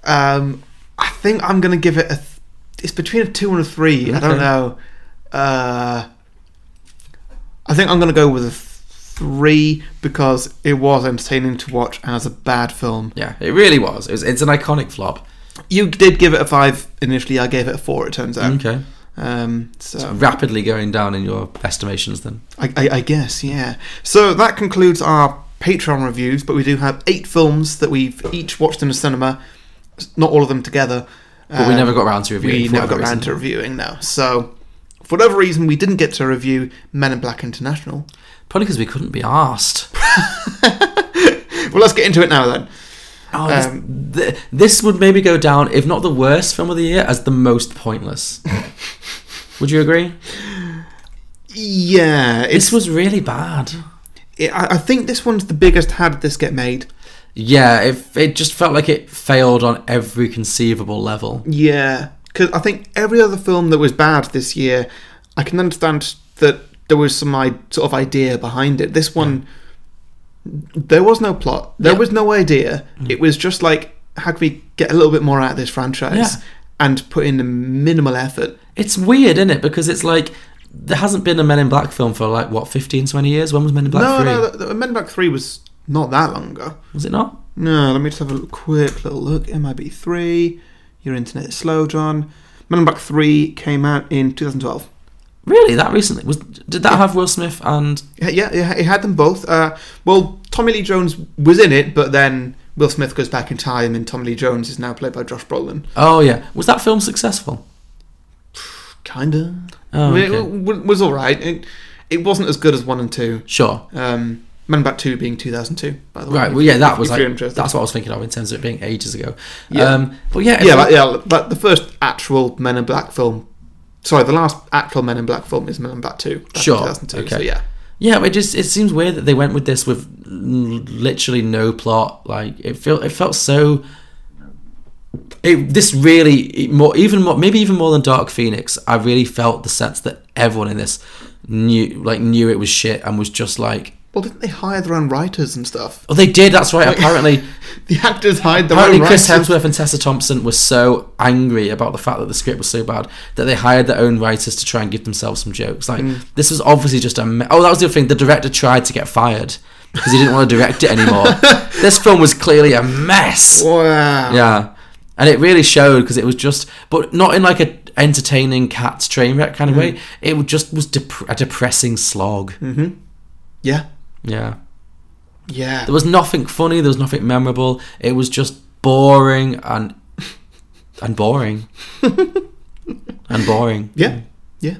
A: Um, I think I'm going to give it a. Th- it's between a two and a three. I don't
B: Okay.
A: know. Uh, I think I'm going to go with a three because it was entertaining to watch as a bad film.
B: Yeah, it really was. It was it's an iconic flop.
A: You did give it a five initially. I gave it a four. It turns out.
B: Okay.
A: Um, so
B: Rapidly going down in your estimations then.
A: I, I, I guess yeah. So that concludes our Patreon reviews, but we do have eight films that we've each watched in the cinema. Not all of them together. Uh,
B: But we never got round to reviewing.
A: we
B: for
A: never got
B: whatever
A: around
B: reason.
A: to reviewing now. So, for whatever reason, we didn't get to review Men in Black International.
B: Probably because we couldn't be asked.
A: Well, let's get into it now then.
B: Oh, this-
A: Um,
B: th- this would maybe go down, if not the worst film of the year, as the most pointless. would you agree?
A: Yeah, it's.
B: This was really bad.
A: It, I I think this one's the biggest. How did this get made?
B: Yeah, it, it just felt like it failed on every conceivable level.
A: Yeah, because I think every other film that was bad this year, I can understand that there was some I- sort of idea behind it. This one, there was no plot. There
B: Yeah. Mm.
A: was no idea. It was just like, how can we get a little bit more out of this franchise
B: Yeah.
A: and put in a minimal effort?
B: It's weird, isn't it? Because it's like there hasn't been a Men in Black film for like what 15, 20 years. When was Men in Black
A: no,
B: three?
A: no, the, the Men in Black Three was not that long ago.
B: Was it not?
A: No, let me just have a l- quick little look. MIB Three, your internet is slow, John. Men in Black Three came out in 2012.
B: Really, that recently? Was did that have Will Smith and
A: Yeah, Yeah, yeah, it had them both. Uh, well, Tommy Lee Jones was in it, but then Will Smith goes back in time, and Tommy Lee Jones is now played by Josh Brolin.
B: oh yeah, was that film successful?
A: Kinda.
B: Oh,
A: I mean, it
B: okay.
A: w- w- was all right. It, it wasn't as good as one and two.
B: Sure.
A: Um, Man in Black Two being 2002, by the way.
B: Right. Well, yeah, that
A: if
B: was
A: you're
B: like
A: interested.
B: that's what I was thinking of in terms of it being ages ago.
A: Yeah.
B: Um, but yeah,
A: yeah,
B: everyone-
A: like, yeah. Like the first actual Men in Black film. Sorry, the last actual Men in Black film is Men in Black Two. That's
B: Sure,
A: 2002. So
B: okay.
A: yeah.
B: Yeah, but it just it seems weird that they went with this with l- literally no plot. Like it felt it felt so. It, this really it more even more maybe even more than Dark Phoenix. I really felt the sense that everyone in this knew like knew it was shit and was just like
A: Well, didn't they hire their own writers and stuff?
B: oh they did that's right apparently
A: The actors hired their
B: apparently
A: own
B: Chris
A: writers.
B: Hemsworth and Tessa Thompson were so angry about the fact that the script was so bad that they hired their own writers to try and give themselves some jokes. Like
A: Hmm.
B: this was obviously just a me- oh that was the other thing. The director tried to get fired because he didn't want to direct it anymore. this film was clearly a mess.
A: Wow.
B: Yeah, and it really showed because it was just, but not in like a entertaining cat's train wreck kind of
A: Hmm.
B: way. It was- just was dep- a depressing slog.
A: Mm-hmm. Yeah.
B: Yeah.
A: Yeah.
B: There was nothing funny. There was nothing memorable. It was just boring and and boring and boring.
A: Yeah, yeah.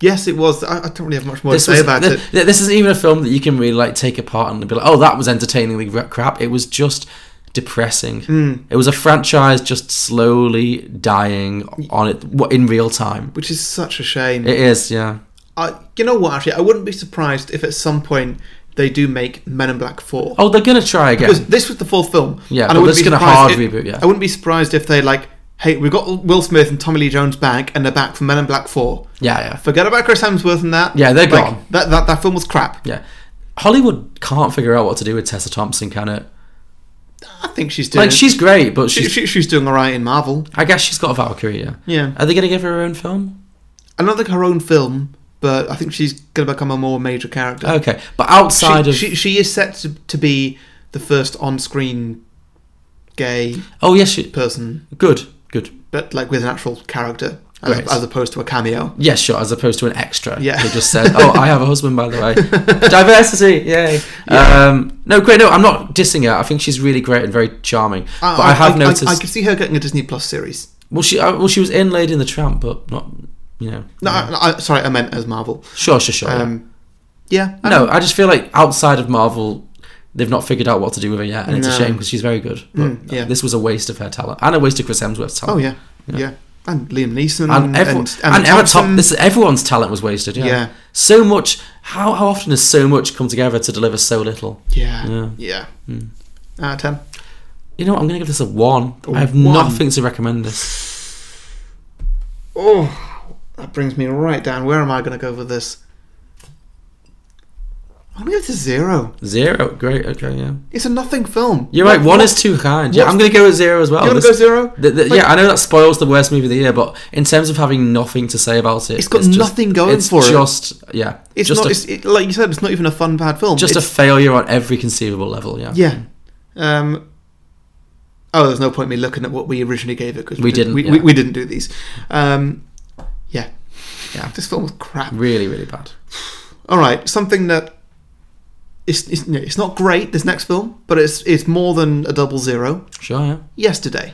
A: Yes, it was. I, I don't really have much more
B: This
A: to say
B: was,
A: about
B: th-
A: it.
B: th- this isn't even a film that you can really like take apart and be like, oh, that was entertainingly re- crap. It was just depressing.
A: Hmm.
B: It was a franchise just slowly dying on it w- in real time.
A: Which is such a shame.
B: It is, yeah.
A: I, you know what, actually, I wouldn't be surprised if at some point they do make Men in Black 4.
B: Oh, they're gonna try
A: Because
B: again.
A: this was the fourth film.
B: Yeah,
A: I
B: but
A: wouldn't
B: this is
A: be
B: gonna
A: surprised
B: hard
A: if-
B: reboot, yeah.
A: I wouldn't be surprised if they, like, hey, we've got Will Smith and Tommy Lee Jones back, and they're back for Men in Black 4.
B: Yeah, yeah,
A: Forget about Chris Hemsworth and that.
B: Yeah, they're
A: Like,
B: gone.
A: That, that, that film was crap.
B: yeah. Hollywood can't figure out what to do with Tessa Thompson, can it?
A: I think she's doing.
B: Like, she's great, but
A: she,
B: she's
A: she, she's doing alright in Marvel.
B: I guess she's got a Valkyrie, yeah.
A: Yeah.
B: Are they going to give her her own film?
A: I don't think her own film, but I think she's going to become a more major character.
B: Okay. But outside
A: she,
B: Oh, of.
A: she, she is set to, to be the first on-screen gay
B: oh, yes, she.
A: person,
B: Good, good.
A: but like with an actual character as,
B: Great.
A: as opposed to a cameo.
B: Yes, sure, as opposed to an extra.
A: Yeah.
B: They just said, oh, I have a husband, by the way. Diversity, yay. Um, no, great. No, I'm not dissing her. I think she's really great and very charming. but I, have noticed.
A: I, could see her getting a Disney Plus series.
B: well, she, uh, well, she was in Lady and the Tramp, but not, you know.
A: No, I, I, sorry, I meant as Marvel.
B: Sure, sure, sure. yeah.
A: Um, yeah, I
B: no, I just feel like outside of Marvel, they've not figured out what to do with her yet, and it's
A: No.
B: a shame because she's very good. But
A: Mm, yeah.
B: this was a waste of her talent and a waste of Chris Hemsworth's
A: Oh
B: talent.
A: yeah, yeah, and Liam Neeson
B: and everyone,
A: and,
B: and,
A: Emma
B: Emma
A: Thompson.
B: Thompson. This is, everyone's talent was wasted. Yeah.
A: Yeah.
B: So much. How how often has so much come together to deliver so little?
A: yeah, yeah. Uh,
B: Yeah. Hmm.
A: Out of ten.
B: You know, what, I'm gonna give this a one.
A: A
B: I have
A: one.
B: nothing to recommend this.
A: Oh, that brings me right down. Where am I going to go with this? I'm gonna give it a zero.
B: Zero. Great. Okay. Yeah.
A: It's a nothing film.
B: You're
A: Like,
B: right. One
A: what-
B: is too kind. Yeah,
A: what's-
B: I'm gonna go with zero as well.
A: You wanna
B: This-
A: go zero?
B: The, the,
A: Like-
B: yeah, I know that spoils the worst movie of the year, but in terms of having nothing to say about it,
A: It's got
B: just-
A: nothing going
B: it's
A: for it.
B: Just yeah,
A: It's
B: just
A: not.
B: a,
A: it's, it, like you said, it's not even a fun bad film.
B: just a
A: It's-
B: failure on every conceivable level. Yeah,
A: yeah. Um. Oh, there's no point me looking at what we originally gave it because
B: We didn't,
A: We,
B: yeah.
A: we, we didn't do these. Um. Yeah.
B: Yeah.
A: This film was crap.
B: really, really bad.
A: All right, something that. It's, it's, yeah, it's not great this next film, but it's it's more than a double zero.
B: Sure. Yeah.
A: Yesterday,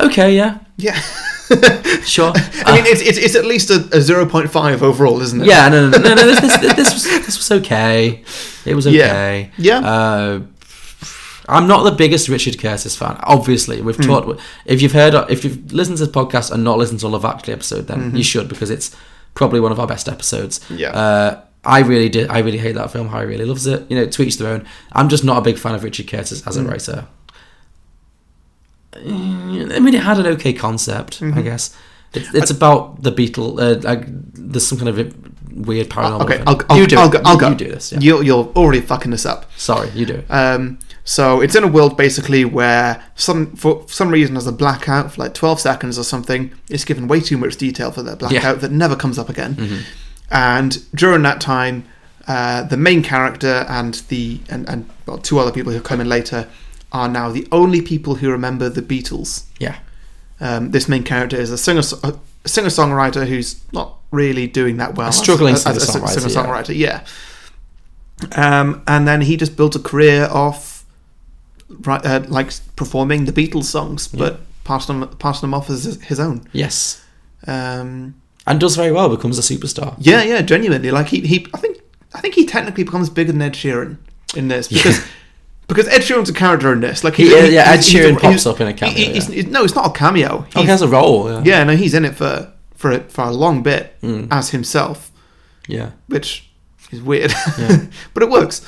B: Okay. Yeah.
A: yeah.
B: Sure.
A: I mean, it's, it's, it's at least a, a zero point five overall, isn't it?
B: Yeah, no, no, no, no. This, this, this was this was okay. It was
A: Yeah.
B: okay.
A: Yeah.
B: Uh, I'm not the biggest Richard Curtis fan. Obviously,
A: Hmm.
B: we've talked. If you've heard, if you've listened to this podcast and not listened to a Love Actually episode, then you should because it's probably one of our best episodes.
A: Mm-hmm. Yeah.
B: Uh, I really did. I really hate that film. Harry really loves it. You know, to each their own. I'm just not a big fan of Richard Curtis
A: Hmm.
B: as a writer. Mm, I mean, it had an okay concept,
A: Mm-hmm.
B: I guess. It's, it's about the Beatle. Uh, like, there's some kind of a weird paranormal.
A: Uh, Okay,
B: event.
A: I'll, I'll,
B: you do
A: I'll
B: it.
A: go. I'll
B: you,
A: go.
B: you do this. Yeah.
A: You're, you're already fucking this up.
B: Sorry, you do it.
A: Um, so it's in a world basically where some for some reason there's a blackout for like 12 seconds or something. It's given way too much detail for that blackout
B: Yeah. Mm-hmm.
A: that never comes up again. And during that time, uh, the main character and the and, and well, two other people who come in later are now the only people who remember the Beatles.
B: Yeah.
A: Um, this main character is a singer a singer songwriter who's not really doing that well.
B: A
A: as-
B: struggling
A: as- as a
B: singer-songwriter, yeah.
A: singer-songwriter, yeah. Um, and then he just built a career off, right, uh, like performing the Beatles songs, but passing them passing them off as his own.
B: Yes.
A: Um,
B: And does very well. Becomes a superstar.
A: yeah, yeah, genuinely. Like he, he, I think, I think he technically becomes bigger than Ed Sheeran in this because. Because Ed Sheeran's a character in this, like
B: He is, yeah, Ed
A: a-
B: Sheeran pops up in a cameo,
A: he- he's-
B: yeah.
A: he's- no, it's not a cameo.
B: Oh, he
A: He's-
B: has a role. Yeah.
A: yeah, no, he's in it for for a, for a long bit
B: Mm.
A: as himself,
B: Yeah.
A: which is weird, but it works.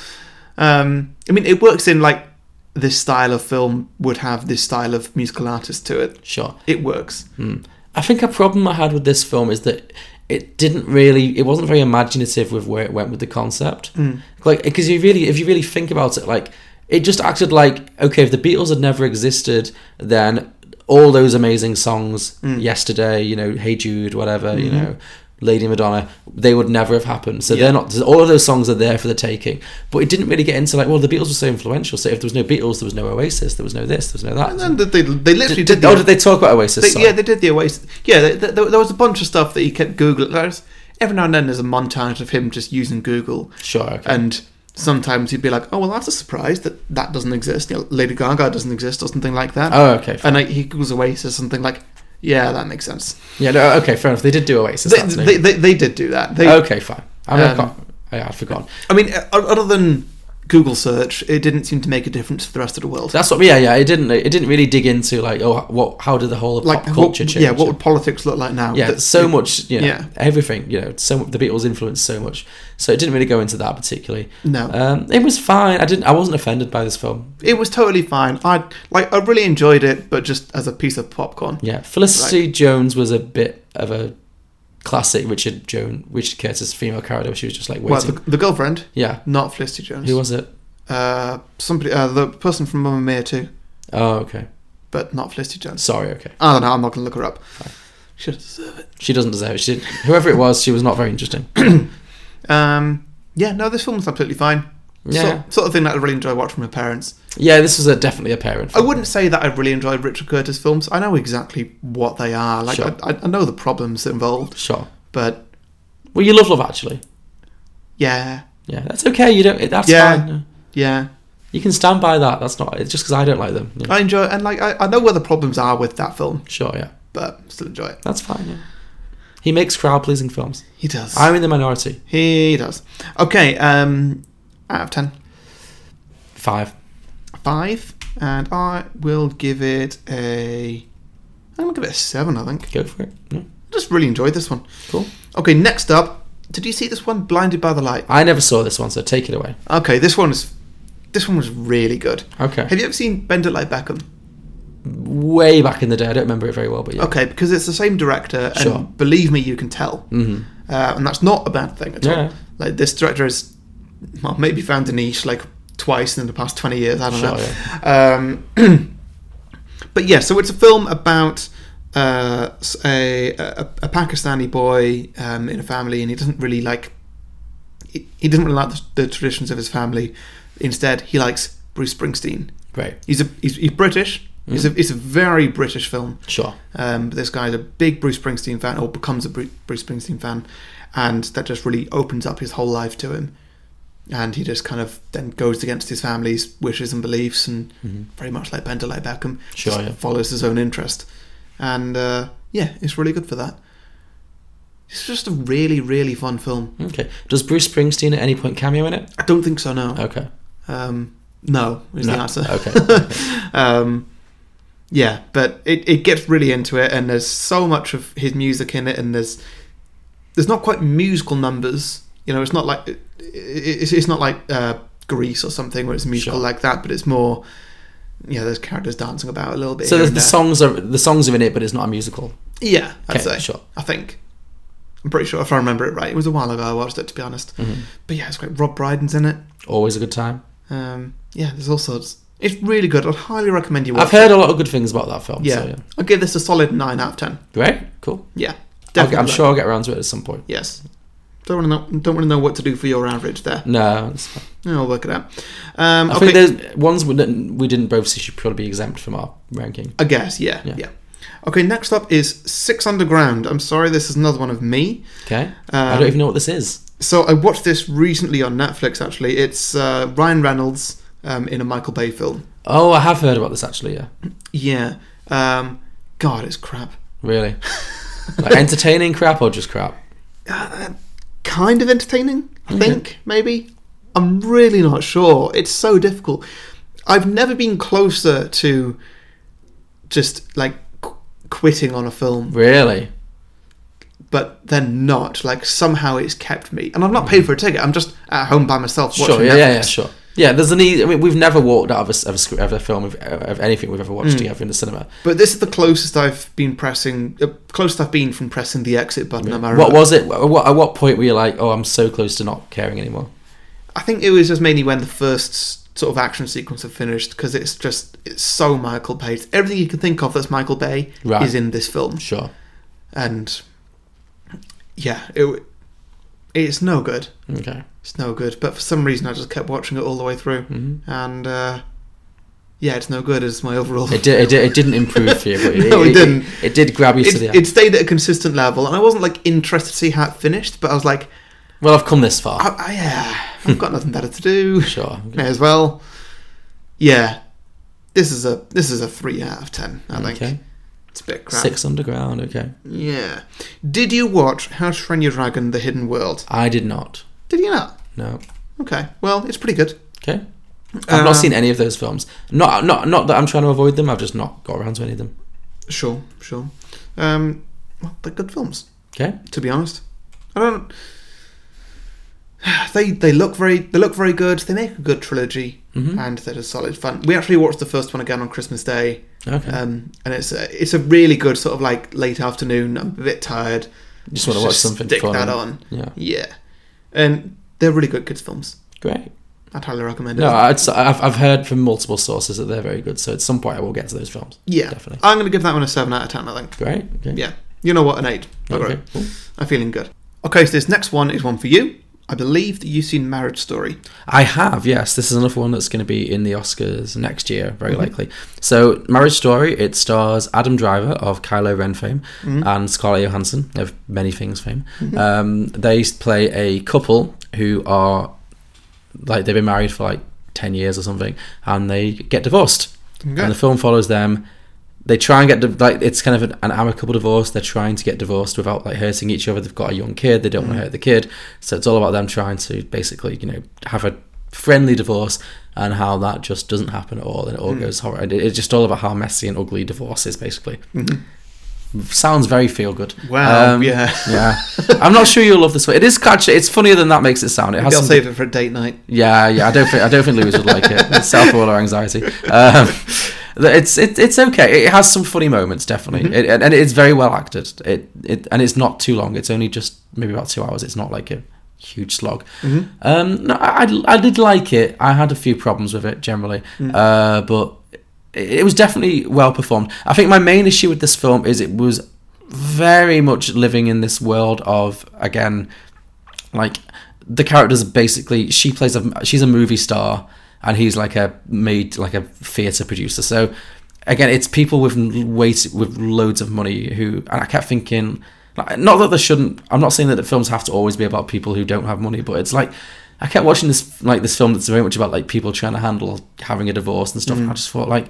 A: Um, I mean, it works in like this style of film would have this style of musical artist to it.
B: Sure.
A: It works.
B: Mm. I think a problem I had with this film is that it didn't really, it wasn't very imaginative with where it went with the concept.
A: Mm.
B: Like, because you really, if you really think about it, like, it just acted like, okay, if the Beatles had never existed, then all those amazing songs,
A: Mm.
B: yesterday, you know, Hey Jude, whatever, you know, Lady Madonna, they would never have happened. So
A: Mm-hmm. Yeah.
B: they're not, all of those songs are there for the taking. But it didn't really get into like, well, the Beatles were so influential. So if there was no Beatles, there was no Oasis, there was no this, there was no that.
A: And then they they literally
B: did,
A: did.
B: Mm-hmm. did,
A: the-
B: oh, did they talk about Oasis?
A: they-
B: Sorry.
A: yeah, they did the Oasis. Yeah, they, they, there was a bunch of stuff that he kept googling. There's- every now and then, there's a montage of him just using Google,
B: sure. Okay.
A: and sometimes he'd be like, "Oh well, that's a surprise that that doesn't exist. You know, Lady Gaga doesn't exist, or something like that."
B: oh, okay.
A: and like, he goes away says something like, "Yeah, that makes sense."
B: Yeah, no, oh, okay, fair enough. They did do Oasis.
A: They,
B: that's new.
A: they, they, they did do that. They,
B: okay, fine. I mean,
A: Um,
B: I, can't, I, I'd forgotten.
A: I mean, o- other than Google search, it didn't seem to make a difference to the rest of the world.
B: That's what. Yeah, yeah. It didn't. It didn't really dig into like, oh, what? How did the whole of
A: Like
B: pop culture
A: what,
B: change?
A: yeah, what would politics look like now?
B: Yeah,
A: That-
B: so much. You know,
A: yeah.
B: everything. You know, so the Beatles influenced so much. So it didn't really go into that particularly.
A: No.
B: Um, it was fine. I didn't. I wasn't offended by this film.
A: It was totally fine. I like, I really enjoyed it, but just as a piece of popcorn.
B: Yeah, Felicity Jones was a bit of a classic Richard Jones, Richard Curtis female character. She was just like waiting.
A: Well, the, the girlfriend,
B: yeah.
A: not Felicity Jones.
B: Who was it?
A: uh, somebody, uh, the person from Mamma Mia too,
B: Oh, okay.
A: but not Felicity Jones.
B: Sorry. Okay.
A: I don't know. I'm not gonna look her up. She doesn't deserve it.
B: She doesn't deserve it. She didn't. Whoever it was, she was not very interesting.
A: Um, yeah, no, this film was absolutely fine.
B: Yeah.
A: Sort, sort of thing that I really enjoy watching with my parents.
B: Yeah, this was a, definitely a parent.
A: I
B: Film.
A: wouldn't say that I really enjoyed Richard Curtis films. I know exactly what they are. Like
B: Sure.
A: I, I- I know the problems involved,
B: Sure.
A: but
B: Well, you love Love Actually.
A: yeah,
B: Yeah, that's okay. You don't. That's
A: Yeah.
B: fine. yeah.
A: yeah,
B: You can stand by that. That's not. It's just because I don't like them. yeah.
A: I enjoy and like I, I know where the problems are with that film,
B: Sure. Yeah,
A: but still enjoy it.
B: that's fine. Yeah. He makes crowd pleasing films.
A: He does.
B: I'm in the minority.
A: he does. Okay, um, out of ten,
B: Five.
A: five, and I will give it a. I'm gonna give it a seven. I think.
B: Go for it. Yeah.
A: I just really enjoyed this one.
B: Cool.
A: Okay, next up, did you see this one, Blinded by the Light?
B: I never saw this one, so take it away.
A: Okay, this one is, this one was really good.
B: Okay.
A: Have you ever seen Bend It Like Beckham?
B: Way back in the day, I don't remember it very well, but yeah.
A: Okay, because it's the same director, and
B: Sure.
A: believe me, you can tell,
B: hmm
A: uh, and that's not a bad thing at
B: Yeah.
A: all. Like this director is well, maybe found a niche like twice in the past 20 years. I don't
B: Sure,
A: know. Um, but yeah, so it's a film about uh, s- a, a, a Pakistani boy um, in a family, and he doesn't really like. He he doesn't really like the, the traditions of his family. Instead, he likes Bruce Springsteen.
B: Right.
A: He's a he's, he's British. It's
B: Mm.
A: a it's a very British film.
B: Sure.
A: Um, but this guy's a big Bruce Springsteen fan, or becomes a Bru- Bruce Springsteen fan, and that just really opens up his whole life to him. And he just kind of then goes against his family's wishes and beliefs, and
B: Mm-hmm.
A: very much like Bender, like Beckham,
B: Sure,
A: just
B: yeah.
A: follows his own interest. And uh, yeah, it's really good for that. It's just a really, really fun film.
B: Okay. Does Bruce Springsteen at any point cameo in it?
A: I don't think so, no.
B: Okay.
A: Um, no is the
B: Oh. No.
A: answer.
B: Okay.
A: um, yeah, but it, it gets really into it, and there's so much of his music in it, and there's there's not quite musical numbers. You know, it's not like it, it, it's, it's not like uh, Greece or something where it's musical
B: Sure.
A: like that, but it's more. Yeah, there's characters dancing about a little bit.
B: so
A: here
B: the,
A: and
B: the
A: there.
B: songs are the songs are in it, but it's not a musical.
A: Yeah, I'd
B: Okay,
A: say.
B: sure.
A: I think. I'm pretty sure if I remember it right. It was a while ago I watched it, to be honest.
B: Mm-hmm.
A: But yeah, it's great. Rob Brydon's in it.
B: Always a good time.
A: Um, yeah, there's all sorts. It's really good. I'd highly recommend you watch
B: I've heard a lot of good things about that film.
A: Yeah.
B: So, yeah.
A: I'll give this a solid 9 out of 10.
B: Great. Cool.
A: Yeah.
B: I'll get-
A: Definitely.
B: I'm sure I'll get around to it at some point.
A: Yes. Don't want to know. Don't want to know what to do for your average there.
B: No, it's fine.
A: I'll work it out. Um,
B: Mm. I
A: okay.
B: think there's ones we didn't, we didn't both see should probably be exempt from our ranking.
A: I guess. Yeah, yeah.
B: Yeah.
A: Okay. Next up is Six Underground. I'm sorry, this is another one of me.
B: Okay. I
A: Um,
B: don't even know what this is.
A: So I watched this recently on Netflix. Actually, it's uh, Ryan Reynolds um, in a Michael Bay film.
B: Oh, I have heard about this actually. Yeah.
A: Yeah. Um, God, it's crap.
B: Really. like entertaining crap or just crap?
A: Uh, kind of entertaining, I think, maybe. I'm really not sure. It's so difficult. I've never been closer to just like qu- quitting on a film,
B: Really.
A: but then not. Like somehow it's kept me. And I've not paid for a ticket. I'm just at home by myself watching
B: Sure. Yeah, yeah.
A: Netflix.
B: Yeah. Sure. Yeah. There's an easy. I mean, we've never walked out of a, s- of a, sc- of a film of, of anything we've ever
A: Hmm.
B: watched together in the cinema.
A: But this is the closest I've been pressing, uh, closest I've been from pressing the exit button. Am I right?
B: What was it? wh- What, at what point were you like, oh, I'm so close to not caring anymore?
A: I think it was just mainly when the first sort of action sequence had finished because it's just it's so Michael Bay. It's everything you can think of that's Michael Bay
B: Right.
A: is in this film,
B: Sure.
A: and yeah, it it's no good.
B: Okay.
A: It's no good. But for some reason, I just kept watching it all the way through,
B: hmm
A: and uh, yeah, it's no good. Is my overall.
B: It did. It, did, it didn't improve for you. But
A: No, it didn't.
B: It, did grab you to
A: It,
B: the.
A: it stayed at a consistent level, and I wasn't like interested to see how it finished, but I was like,
B: well, I've come this far.
A: I, I, yeah, I've got nothing better to do.
B: sure.
A: May as well. Yeah, this is a this is a three out of ten. I think
B: Okay.
A: it's a bit crap.
B: Six Underground. Okay.
A: Yeah. Did you watch How to Train Your Dragon: The Hidden World?
B: I did not.
A: Did you not?
B: No.
A: Okay. Well, it's pretty good.
B: Okay. I've not
A: Um,
B: seen any of those films. Not not not that I'm trying to avoid them. I've just not got around to any of them.
A: Sure, sure. Um, well, they're good films,
B: Okay.
A: to be honest. I don't. They they look very they look very good. They make a good trilogy,
B: Mhm.
A: and they're just solid fun. We actually watched the first one again on Christmas Day.
B: Okay.
A: Um, and it's a, it's a really good sort of like late afternoon. I'm a bit tired.
B: just want to watch something
A: Stick
B: fun.
A: that on.
B: Yeah.
A: Yeah, and they're really good kids films.
B: Great.
A: I'd highly recommend it.
B: No, I'd, s- I've I've heard from multiple sources that they're very good. So at some point I will get to those films.
A: yeah,
B: Definitely.
A: I'm going to give that one a seven out of ten. I think.
B: Great. Okay.
A: Yeah, you know what, an eight.
B: Okay.
A: Okay.
B: Cool.
A: I'm feeling good. Okay, so this next one is one for you. I believe that you've seen Marriage Story.
B: I have, yes. This is another one that's going to be in the Oscars next year, very likely. So, Marriage Story, it stars Adam Driver of Kylo Ren fame and Scarlett Johansson of many things fame. Um, they s- play a couple who are, like, they've been married for like 10 years or something, and they get divorced. And the film follows them. They try and get div- like it's kind of an, an amicable divorce. They're trying to get divorced without like hurting each other. They've got a young kid. They don't
A: Mm.
B: want to hurt the kid. So it's all about them trying to basically you know have a friendly divorce and how that just doesn't happen at all and it
A: Mm.
B: all goes horror. It, it's just all about how messy and ugly divorce is basically.
A: Mm-hmm.
B: Sounds very feel good. Um,
A: Wow, yeah.
B: yeah. I'm not sure you'll love this one. It is catchy. It's funnier than that makes it sound. It has
A: I'll
B: some
A: save it for a date night.
B: yeah, yeah. I don't think I don't think Louis would like it. It's self or anxiety. Um, it's it, it's okay. It has some funny moments, definitely, it, and and it's very well acted. It it and it's not too long. It's only just maybe about two hours. It's not like a huge slog. Um, no, I, I I did like it. I had a few problems with it generally, uh, but it it was definitely well performed. I think my main issue with this film is it was very much living in this world of again like the characters basically she plays a she's a movie star and he's like a made like a theater producer so again it's people with weight with loads of money who and i kept thinking like, not that they shouldn't i'm not saying that the films have to always be about people who don't have money but it's like i kept watching this like this film that's very much about like people trying to handle having a divorce and stuff and i just thought like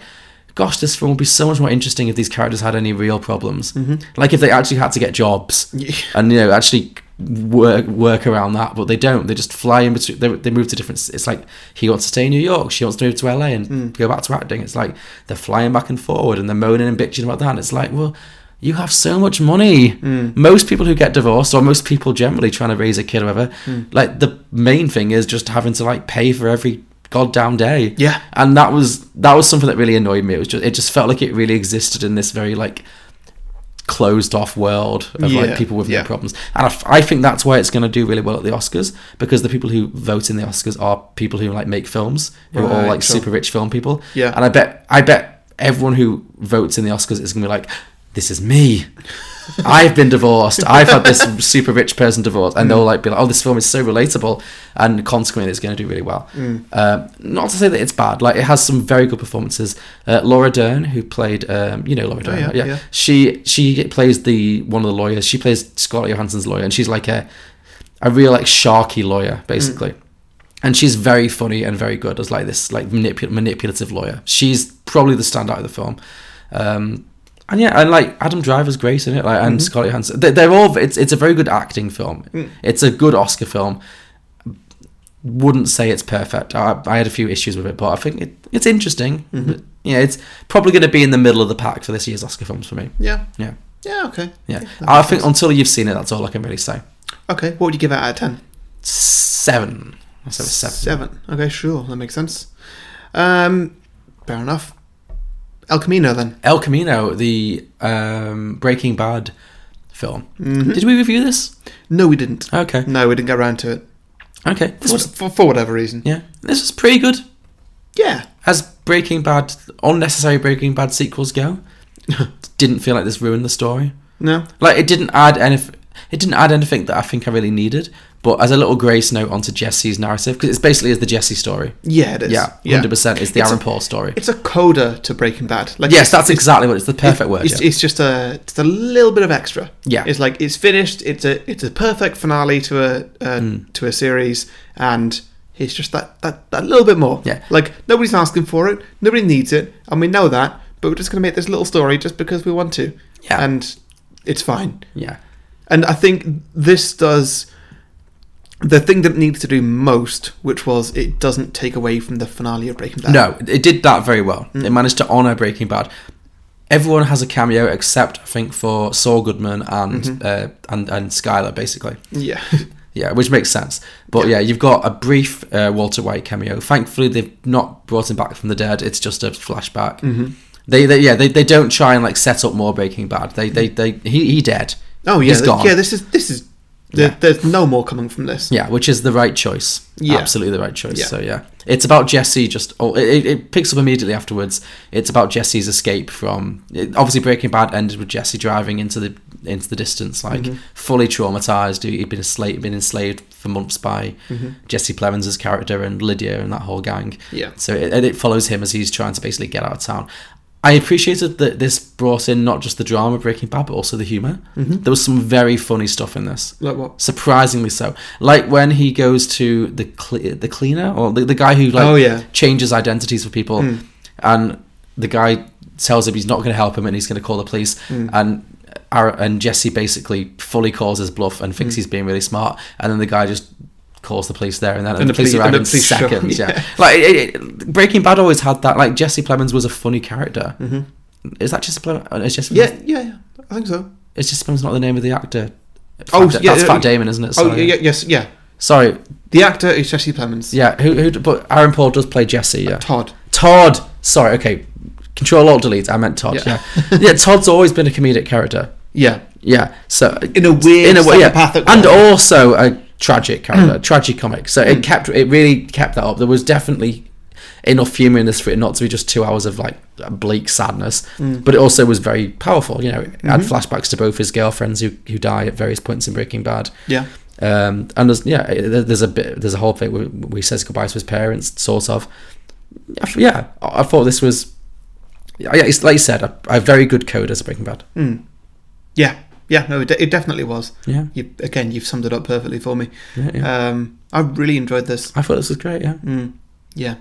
B: gosh this film would be so much more interesting if these characters had any real problems like if they actually had to get jobs and you know actually work work around that but they don't they just fly in between they, they move to different it's like he wants to stay in new york she wants to move to la and go back to acting it's like they're flying back and forward and they're moaning and bitching about that and it's like well you have so much money most people who get divorced or most people generally trying to raise a kid or whatever like the main thing is just having to like pay for every goddamn day
A: Yeah.
B: and that was that was something that really annoyed me it was just it just felt like it really existed in this very like closed off world of
A: Yeah,
B: like people with
A: yeah.
B: no problems and I, f- I think that's why it's going to do really well at the oscars because the people who vote in the oscars are people who like make films who are all
A: Right,
B: like
A: sure.
B: super rich film people
A: Yeah.
B: and i bet i bet everyone who votes in the oscars is going to be like this is me I've been divorced. I've had this super rich person divorced,
A: Mm.
B: and they'll like be like, "Oh, this film is so relatable," and consequently, it's going to do really well.
A: Mm.
B: Um, not to say that it's bad. Like it has some very good performances. Uh, Laura Dern, who played, um, you know, Laura Dern,
A: yeah,
B: right? yeah,
A: yeah.
B: she she plays the one of the lawyers. She plays Scarlett Johansson's lawyer, and she's like a a real like sharky lawyer, basically. And she's very funny and very good as like this like manipul- manipulative lawyer. She's probably the standout of the film. Um, and yeah, and like Adam Driver's great in it, like and Scarlett Johansson. They- They're all. It's it's a very good acting film. It's a good Oscar film. Wouldn't say it's perfect. I, I had a few issues with it, but I think it, it's interesting. But, yeah, it's probably going to be in the middle of the pack for this year's Oscar films for me.
A: Yeah.
B: Yeah,
A: Yeah. Okay.
B: yeah.
A: that
B: I
A: makes
B: think until you've seen it, that's all I can really say.
A: Okay. What would you give out of ten?
B: Seven. I said seven.
A: Seven. Okay. Sure. That makes sense. Um, fair enough. El Camino then.
B: El Camino, the um, Breaking Bad film.
A: Mm-hmm.
B: Did we review this?
A: No, we didn't.
B: Okay.
A: No, we didn't get around to it.
B: Okay. This
A: For,
B: was
A: for, for whatever reason.
B: yeah. This was pretty good.
A: Yeah.
B: As Breaking Bad, unnecessary Breaking Bad sequels go, didn't feel like this ruined the story.
A: No.
B: Like it didn't add anything. It didn't add anything that I think I really needed. But as a little grace note onto Jesse's narrative, because it's basically is the Jesse story.
A: Yeah, it is.
B: Yeah, hundred percent. It's the
A: It's a-
B: Aaron Paul story.
A: It's a coda to Breaking Bad. Like
B: Yes, that's exactly what it's the perfect word.
A: It's,
B: yeah.
A: it's just a it's a little bit of extra.
B: Yeah.
A: it's like it's finished. It's a it's a perfect finale to a uh,
B: Mm.
A: to a series, and it's just that, that that little bit more.
B: Yeah.
A: like nobody's asking for it, nobody needs it, and we know that. But we're just going to make this little story just because we want to.
B: Yeah.
A: and it's fine.
B: yeah,
A: And I think this does the thing that it needs to do most, which was it doesn't take away from the finale of Breaking Bad.
B: No, it did that very well. It managed to honour Breaking Bad. Everyone has a cameo except I think for Saul Goodman and uh, and and Skyler basically.
A: Yeah.
B: Yeah, which makes sense. But yeah, you've got a brief uh, Walter White cameo. Thankfully, they've not brought him back from the dead. It's just a flashback. They, they yeah they, they don't try and like set up more Breaking Bad. They they, they he he dead.
A: Oh yeah,
B: he's
A: th-
B: gone.
A: yeah. This is this is. There,
B: Yeah.
A: There's no more coming from this.
B: Yeah, which is the right choice.
A: Yeah.
B: Absolutely the right choice.
A: Yeah.
B: So yeah, it's about Jesse. Just oh, it- it, it picks up immediately afterwards. It's about Jesse's escape from. It, obviously, Breaking Bad ended with Jesse driving into the into the distance, like
A: Mm-hmm.
B: fully traumatized. He'd been enslaved, been enslaved for months by Jesse Plemons' character and Lydia and that whole gang.
A: Mm-hmm. Yeah.
B: So it, and it follows him as he's trying to basically get out of town. I appreciated that this brought in not just the drama of Breaking Bad, but also the humor. There was some very funny stuff in this
A: Mm-hmm. Like what?
B: surprisingly so. Like when he goes to the cle- the cleaner or the, the guy who like
A: Oh, yeah. Hmm.
B: changes identities for people, and the guy tells him he's not going to help him and he's going to call the police,
A: Hmm.
B: and Ar- and Jesse basically fully calls his bluff and
A: Hmm.
B: thinks he's being really smart, and then the guy just calls the police there and then and the, police,
A: poli-
B: arrive
A: and the
B: in
A: police show-
B: seconds. Yeah,
A: yeah.
B: like it, it, Breaking Bad always had that. Like Jesse Plemons was a funny character. Is that Jesse Plemons? Is Jesse
A: Mm-hmm. Yeah, yeah, yeah. I think so.
B: Is Jesse Plemons not the name of the actor?
A: Oh,
B: Fat Da-
A: yeah,
B: that's
A: yeah,
B: Fat
A: yeah.
B: Damon, isn't it?
A: Oh,
B: Sorry.
A: yeah, yeah, yes, yeah.
B: Sorry,
A: The actor is Jesse Plemons.
B: yeah. Who, who? But Aaron Paul does play Jesse. Yeah.
A: Todd.
B: Todd. Sorry. Okay. Control Alt Delete. I meant Todd.
A: Yeah.
B: Yeah. Yeah. Todd's always been a comedic character.
A: Yeah.
B: Yeah. So
A: In a weird,
B: in a way, yeah.
A: psychopathic
B: and
A: way. Mm.
B: also a tragic character, tragic comic. So it kept it really kept that up. There was definitely enough humor in this for it not to be just two hours of like bleak sadness,
A: Mm.
B: but it also was very powerful. You know, it had
A: Mm-hmm.
B: flashbacks to both his girlfriends who who die at various points in Breaking Bad.
A: Yeah.
B: Um, and there's yeah, it- there- there's a bit, there's a whole thing where, where he says goodbye to his parents, sort of. I f- Yeah, I I thought this was, yeah, yeah, it's like you said, a, a very good code as a Breaking Bad.
A: Mm. Yeah, yeah, no, it, de- it definitely was.
B: Yeah.
A: You, again, you've summed it up perfectly for me.
B: Yeah, yeah.
A: Um, I really enjoyed this.
B: I thought this was great. Yeah,
A: Mm, yeah,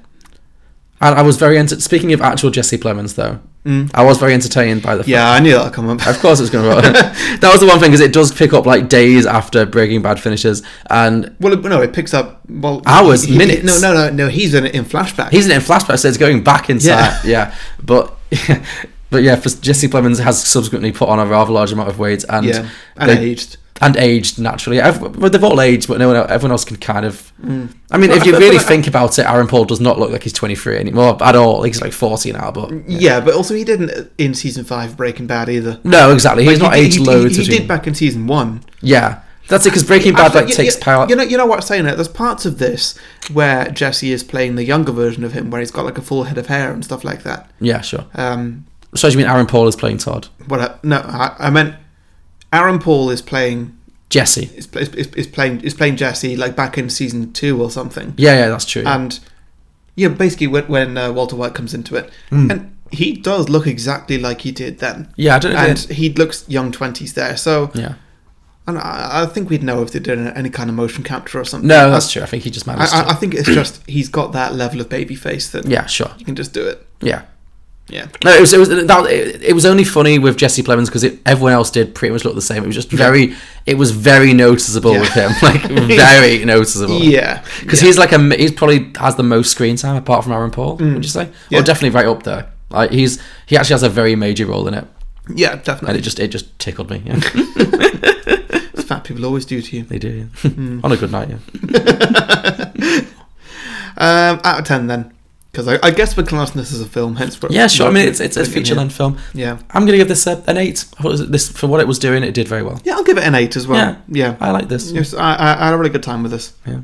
B: and I was very enter- speaking of actual Jesse Plemons though.
A: Mm.
B: I was very entertained by the.
A: yeah, I knew that'd come up.
B: Of course, it's going to. that was the one thing because it does pick up like days after Breaking Bad finishes, and
A: Well, it- no, it picks up well
B: Hours,
A: he- he-
B: minutes.
A: No, no, no, no. He's in in flashback.
B: he's in it in flashback, so it's going back inside. Yeah,
A: Yeah.
B: but. But yeah, for Jesse Plemons has subsequently put on a rather large amount of weight and
A: yeah, and
B: they-
A: aged.
B: and aged naturally. Ev- Well, they've all aged, but no one, el- everyone else can kind of. I mean,
A: Hmm. Well,
B: if
A: I
B: you
A: feel-
B: really
A: feel like-
B: think about it, Aaron Paul does not look like he's 23 anymore at all. He's like 40 now, but
A: Yeah. but also he didn't in season five Breaking Bad either.
B: no, exactly. He's not
A: He-
B: aged
A: he,
B: loads.
A: He, he
B: between-
A: did back in season one.
B: yeah, that's it. Because Breaking Bad
A: Actually,
B: like
A: you-
B: takes
A: you,
B: power.
A: You know, you know what I'm saying. There's parts of this where Jesse is playing the younger version of him, where he's got like a full head of hair and stuff like that.
B: yeah, sure.
A: Um,
B: So do you mean Aaron Paul is playing Todd?
A: what? I, no, I, I meant Aaron Paul is playing
B: Jesse.
A: is, is, is playing is playing Jesse like back in season two or something.
B: Yeah, yeah, that's true.
A: and yeah, basically when, when uh, Walter White comes into it, and he does look exactly like he did then,
B: yeah, I don't know.
A: and he looks young twenties there. So,
B: yeah.
A: and I, I think we'd know if they did any kind of motion capture or something.
B: No, that's true. I think he just managed
A: I,
B: to.
A: I, I think it's just he's got that level of baby face that
B: yeah, sure.
A: you can just do it.
B: Yeah.
A: Yeah,
B: No, it was it was that, it, it was only funny with Jesse Plemons because everyone else did pretty much look the same. It was just very, it was very noticeable
A: Yeah.
B: with him, like very noticeable.
A: yeah,
B: because he's like a m- he's probably has the most screen time apart from Aaron Paul. Would you say?
A: Yeah.
B: Or definitely right up there. Like he's he actually has a very major role in it,
A: yeah,
B: and
A: definitely.
B: it just it just tickled me. Yeah,
A: It's fat people always do to you.
B: they do. Yeah. On a good night, yeah.
A: Um, out of ten then, because I, I guess we're classing this as a film, hence we're
B: Yeah, sure. I
A: we're
B: mean, it's it's a
A: putting it in
B: feature length film.
A: here. Yeah,
B: I'm gonna give this a, an eight. I thought this- this for what it was doing, it did very well.
A: yeah, I'll give it an eight as well. yeah.
B: I like this.
A: Yes, I, I, I had a really good time with this.
B: Yeah.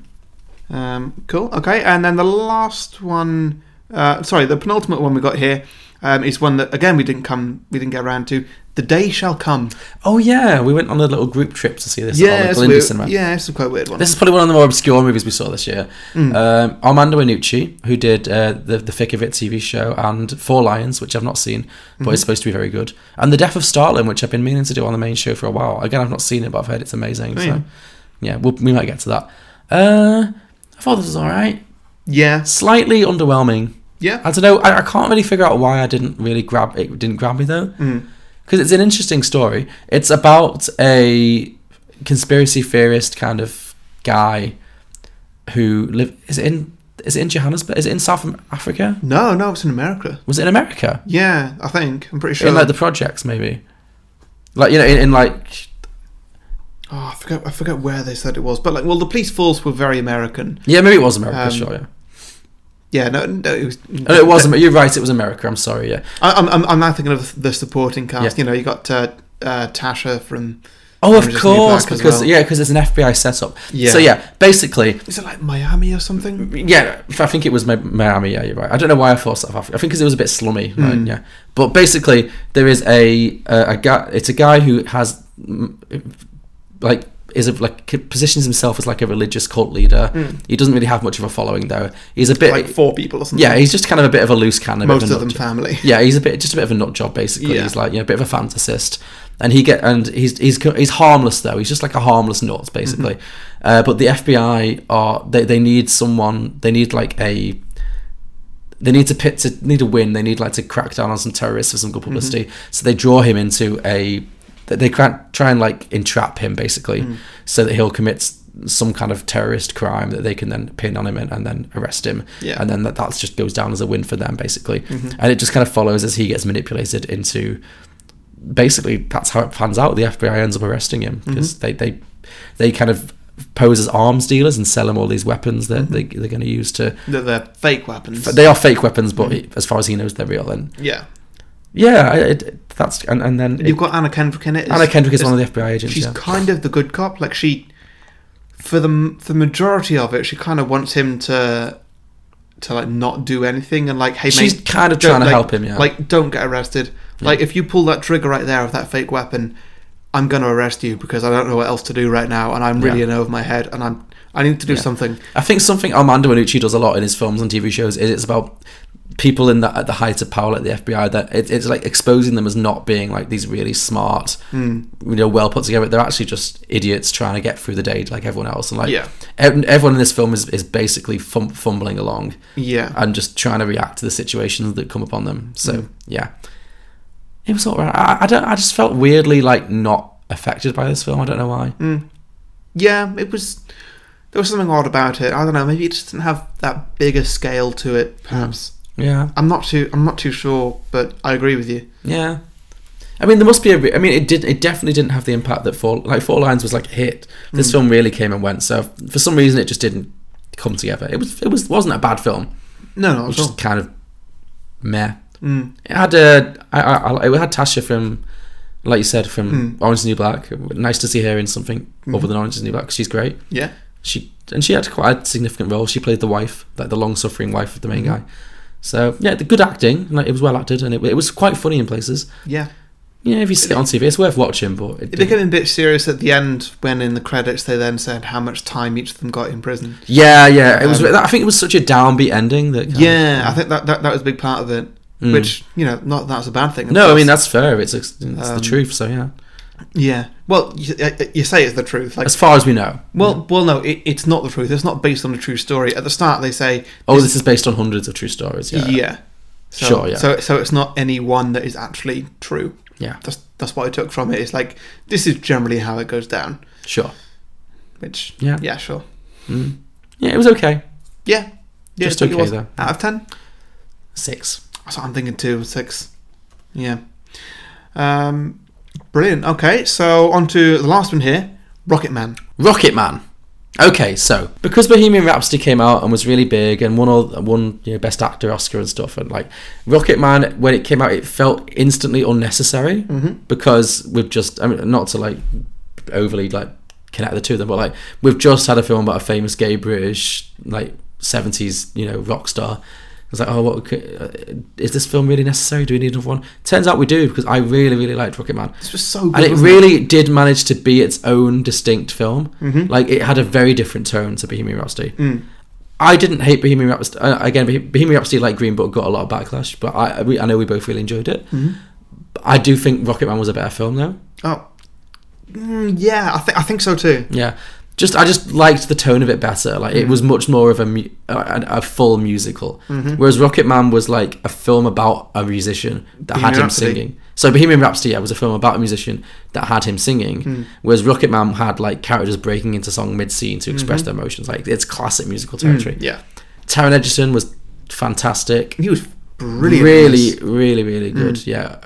A: Um, cool. Okay, and then the last one, uh, sorry, the penultimate one we got here um, is one that again we didn't come, we didn't get around to. The day shall come.
B: Oh yeah, we went on a little group trip to see this. at
A: yeah,
B: our
A: it's
B: local indie
A: weird.
B: cinema.
A: yeah, it's a quite weird one.
B: This is probably one of the more obscure movies we saw this year. Um, Armando Iannucci, who did uh, the the Thick of It TV show and Four Lions, which I've not seen, but is supposed to be very good, and The Death of Stalin, which I've been meaning to do on the main show for a while. Again, I've not seen it, but I've heard it's amazing.
A: Oh, yeah.
B: So yeah, we'll, we might get to that. Uh, I thought this was all right.
A: yeah,
B: Slightly underwhelming.
A: yeah,
B: I don't know. I, I can't really figure out why I didn't really grab it. Didn't grab me though,
A: Mm.
B: because it's an interesting story. It's about a conspiracy theorist kind of guy who live. Is it in? Is it in Johannesburg? Is it in South Africa?
A: no, no, it's in America.
B: Was it in America?
A: Yeah, I think I'm pretty sure.
B: In like the projects, maybe. Like you know, in, in like
A: oh, I forget, I forget where they said it was, but like, well, the police force were very American.
B: yeah, maybe it was America.
A: Um,
B: sure, yeah.
A: Yeah, no, no, it was.
B: Oh, no, it was. Amer- You're right. It was America. I'm sorry. Yeah.
A: I, I'm, I'm, I'm now thinking of the supporting cast. You know, you got uh, uh, Tasha from.
B: Oh, of
A: Orange is the New
B: course,
A: Black as
B: because
A: well.
B: yeah, because it's an FBI setup.
A: Yeah.
B: So yeah, basically,
A: Is it like Miami or something?
B: Yeah, I think it was Mi- Miami. Yeah, you're right. I don't know why I thought South Africa. I think because it was a bit slummy. Right?
A: Hmm.
B: Yeah, but basically there is a a, a guy. It's a guy who has mm, like is a, like c- positions himself as like a religious cult leader.
A: Hmm.
B: He doesn't really have much of a following though. He's a bit
A: Like four people or something.
B: yeah. He's just kind of a bit of a loose cannon. a bit
A: most
B: a
A: of them
B: nut job.
A: family.
B: Yeah, he's a bit just a bit of a nut job basically.
A: Yeah.
B: He's like you know a bit of a fantasist, and he get and he's he's co- he's harmless though. He's just like a harmless nut basically. Uh, but the FBI are they they need someone. They need like a. They need to pit to need a win. They need like to crack down on some terrorists for some good publicity. So they draw him into a. They they cra- try and like entrap him basically, so that he'll commit some kind of terrorist crime that they can then pin on him and, and then arrest him
A: Yeah.
B: and then that that's just goes down as a win for them basically and it just kind of follows as he gets manipulated into basically that's how it pans out the fbi ends up arresting him because they, they they kind of pose as arms dealers and sell him all these weapons that they, they're going to use to
A: They're, they're fake weapons.
B: but they are fake weapons but he- as far as he knows they're real and
A: yeah.
B: yeah I- it, that's and, and then it,
A: You've got Anna Kendrick in it.
B: anna kendrick is
A: it's-
B: one of the fbi agents
A: She's
B: yeah.
A: kind of the good cop. Like, she for the for the majority of it, she kind of wants him to to like not do anything and like, hey,
B: She's
A: mate,
B: kind of
A: don't-
B: trying to
A: like-
B: help him, yeah.
A: Like, don't get arrested. Like, if you pull that trigger right there of that fake weapon, I'm gonna arrest you because I don't know what else to do right now, and I'm really
B: Yeah.
A: in over my head, and I'm I need to do something.
B: I think something Armando Anucci does a lot in his films and TV shows is it's about people in the, at the height of power, like the FBI. That it, it's like exposing them as not being like these really smart,
A: Hmm. Mm.
B: you know, well put together. They're actually just idiots trying to get through the day, like everyone else. And like
A: Yeah.
B: ev- everyone in this film is is basically fum- fumbling along
A: Yeah,
B: and just trying to react to the situations that come upon them. So yeah, it was all right. I, I don't. I just felt weirdly like not affected by this film. I don't know why.
A: yeah, it was. There was something odd about it. I don't know. Maybe it just didn't have that bigger scale to it. Perhaps
B: Yeah.
A: I'm not too. I'm not too sure, but I agree with you.
B: Yeah. I mean, there must be a. re- I mean, it did. It definitely didn't have the impact that Four like Four Lines was like a hit. This film really came and went. So for some reason, it just didn't come together. It was. It was wasn't a bad film.
A: No,
B: It
A: not
B: was
A: at all.
B: just kind of meh.
A: Mm.
B: It had uh, I, I, I- it had Tasha from, like you said, from
A: Hmm.
B: Orange is the New Black. Nice to see her in something other than Orange is the New Black. 'cause She's great.
A: Yeah.
B: She and she had quite a significant role. She played the wife, like the long-suffering wife of the
A: Hmm.
B: main guy. So yeah, the good acting. Like it was well acted, and it, it was quite funny in places.
A: Yeah.
B: Yeah, if you see it on TV, it's worth watching, but it
A: It
B: didn't-
A: became a bit serious at the end when in the credits they then said how much time each of them got in prison.
B: yeah, yeah, it was.
A: Um,
B: I think it was such a downbeat ending that. kind of-
A: Yeah, I think that, that that was a big part of it.
B: Mm.
A: Which, you know, not that that's a bad thing. of
B: no, I
A: course.
B: mean that's fair. It's, it's
A: Um,
B: the truth. So yeah,
A: Yeah. Well, you, uh, you say it's the truth. Like,
B: as far as we know.
A: well, well, no, it, it's not the truth. It's not based on a true story. At the start, they say,
B: Oh, this is based on hundreds of true stories.
A: yeah.
B: Yeah,
A: So,
B: Sure, yeah.
A: So, so it's not any one that is actually true.
B: Yeah.
A: That's that's what I took from it. It's like this is generally how it goes down.
B: sure.
A: Which,
B: Yeah.
A: yeah, sure,
B: Mm. Yeah, it was okay.
A: yeah, yeah.
B: Just
A: I think it
B: okay,
A: was.
B: though.
A: Out of ten.
B: Six.
A: That's what I'm thinking too. Six. Yeah. Um, brilliant. Okay, so on to the last one here, Rocket Man.
B: Rocket Man. Okay, so because Bohemian Rhapsody came out and was really big and won all won you know, Best Actor Oscar and stuff, and like Rocket Man when it came out, it felt instantly unnecessary because we've just I mean not to like overly like connect the two of them, but like we've just had a film about a famous gay British like seventies you know rock star. It's like, oh, what could, uh, is this film really necessary? Do we need another one? Turns out we do because I really, really liked Rocket Man
A: This was so good.
B: and it
A: wasn't
B: really did manage to be its own distinct film.
A: Mm-hmm.
B: Like it had a very different tone to Bohemian Rhapsody.
A: Mm.
B: I didn't hate Bohemian Rhapsody. Uh, again, Bohe- Bohemian Rhapsody, like Green Book, got a lot of backlash, but I we, I know we both really enjoyed it.
A: Mm-hmm.
B: But I do think Rocket Man was a better film, though.
A: Oh. Mm, yeah, I think I think so too.
B: Yeah, just I just liked the tone of it better. Like
A: Mm-hmm.
B: it was much more of a mu- a, a full musical,
A: Mm-hmm.
B: whereas Rocket Man was like a film about a musician that had
A: Bohemian
B: him
A: Rhapsody.
B: singing. So Bohemian Rhapsody yeah, was a film about a musician that had him singing,
A: Mm.
B: whereas Rocket Man had like characters breaking into song mid scene to express their emotions. Like it's classic musical territory.
A: Mm-hmm. Mm. Yeah,
B: Taron Egerton was fantastic
A: he was brilliant.
B: really, really, really good. Yeah,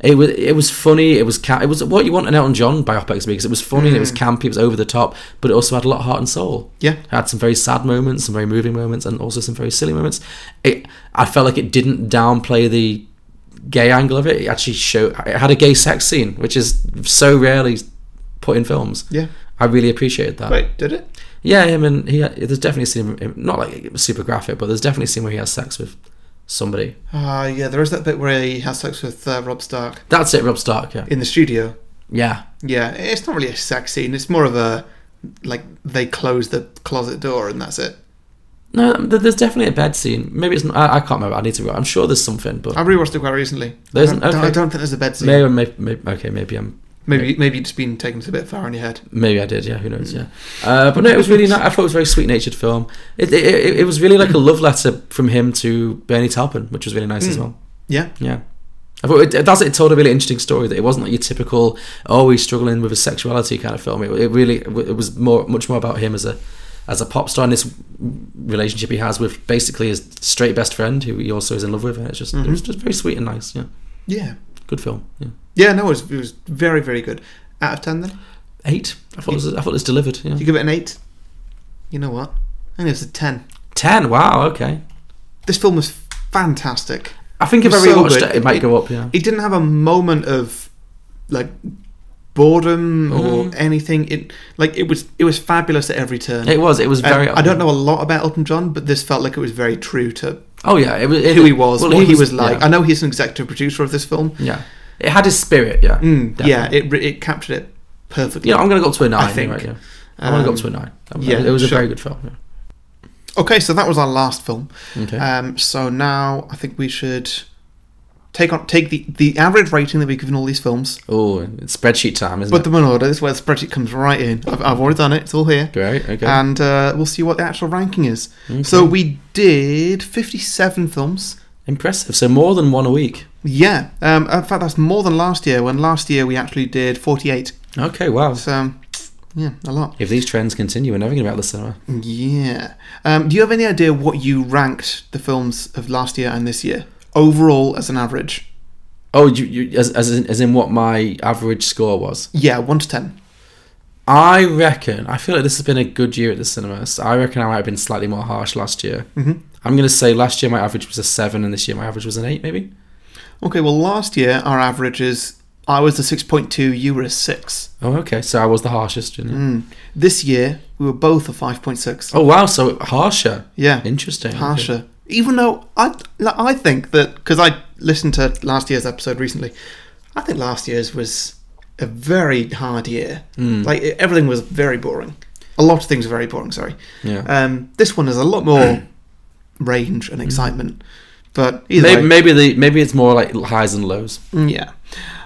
B: it was it was funny. It was ca- it was what you want an Elton John biopic to be because it was funny, and it was campy, it was over the top, but it also had a lot of heart and soul.
A: Yeah.
B: it had some very sad moments, some very moving moments, and also some very silly moments. It I felt like it didn't downplay the gay angle of it. It actually showed it had a gay sex scene, which is so rarely put in films.
A: Yeah.
B: I really appreciated that.
A: Wait, did it?
B: Yeah, him and he. There's definitely a scene, him- not like it was super graphic, but there's definitely a scene where he has sex with somebody.
A: Ah, yeah. There is that bit where he has sex with uh, Rob Stark
B: That's it, Rob Stark. Yeah,
A: in the studio.
B: yeah,
A: Yeah, it's not really a sex scene. It's more of a like they close the closet door and that's it.
B: No, th- there's definitely a bed scene. Maybe it's not. I, I can't remember. I need to. I'm sure there's something, but
A: I rewatched it quite recently.
B: There
A: I
B: isn't-
A: don't, I
B: okay.
A: don't think there's a bed scene. Maybe
B: maybe, maybe, maybe okay, maybe I'm.
A: maybe, you've just been taken a bit far in your head.
B: Maybe I did. Yeah, who knows? Yeah, uh, but no, it was really. nice. I thought it was a very sweet-natured film. It, it, it, it was really like a love letter from him to Bernie Taupin, which was really nice as well.
A: Yeah.
B: Yeah. I thought it, that's it. Told a really interesting story that it wasn't like your typical oh he's struggling with his sexuality kind of film. It, it really it was more much more about him as a as a pop star and this relationship he has with basically his straight best friend who he also is in love with. And it's just
A: Mm-hmm.
B: it was just very sweet and nice. Yeah,
A: Yeah.
B: good film. Yeah,
A: Yeah, no, it was, it was very, very good. Out of 10 then?
B: eight. I thought it was, I thought it was delivered. Yeah,
A: You give it an 8? You know what? I think it's a 10.
B: ten. Wow. Okay.
A: This film was fantastic.
B: I think if
A: It
B: I
A: was so
B: rewatched
A: good.
B: it, it might
A: It-
B: go up. Yeah.
A: It didn't have a moment of like boredom or
B: Mm-hmm.
A: anything. It like it was it was fabulous at every turn.
B: It was. It was
A: And
B: very.
A: Um, I don't know a lot about Elton John, but this felt like it was very true to
B: Oh yeah, it was it,
A: who he was,
B: well,
A: what he was like.
B: yeah.
A: I know he's an executive producer of this film.
B: Yeah, it had his spirit. Yeah,
A: Mm, yeah,
B: definitely.
A: it re- it captured it perfectly.
B: You know, I'm gonna go up to a nine.
A: I
B: I
A: think.
B: think. Right, yeah. I'm gonna go up
A: Um,
B: to a nine.
A: yeah,
B: Yeah, it was
A: sure.
B: a very good film.
A: Okay, so that was our last film.
B: Yeah. Okay.
A: Um, so now I think we should take on take the, the average rating that we've given all these films,
B: oh, it's spreadsheet time, isn't
A: put them in order. This is where the spreadsheet comes right in. I've, I've already done it. It's all here.
B: it? Great. Okay.
A: And uh, we'll see what the actual ranking is. So we did 57 films.
B: Impressive. So more than one a week.
A: Yeah. Um, in fact, that's more than last year, when last year we actually did 48.
B: Okay. Wow.
A: So, yeah, a lot.
B: If these trends continue, we're never gonna be out of the cinema.
A: Yeah. Um, do you have any idea what you ranked the films of last year and this year overall as an average?
B: Oh, you, you as as in, as in what my average score was.
A: Yeah, one to ten.
B: I reckon. I feel like this has been a good year at the cinemas. I reckon I might have been slightly more harsh last year.
A: Mhm.
B: I'm gonna say last year my average was a seven, and this year my average was an eight, maybe.
A: Okay, well, last year our average is I was a six point two, you were a six.
B: Oh, okay. So I was the harshest. Didn't I?
A: Mm. This year we were both a five point six.
B: Oh wow. So harsher.
A: Yeah,
B: Interesting. okay.
A: harsher. Even though I, like, I think that because I listened to last year's episode recently, I think last year's was a very hard year.
B: Mm.
A: Like e- everything was very boring. A lot of things were very boring. Sorry.
B: Yeah. Hmm.
A: Um, this one is a lot more range and excitement. But either
B: Maybe,
A: way,
B: maybe the maybe it's more like highs and lows.
A: mm, yeah.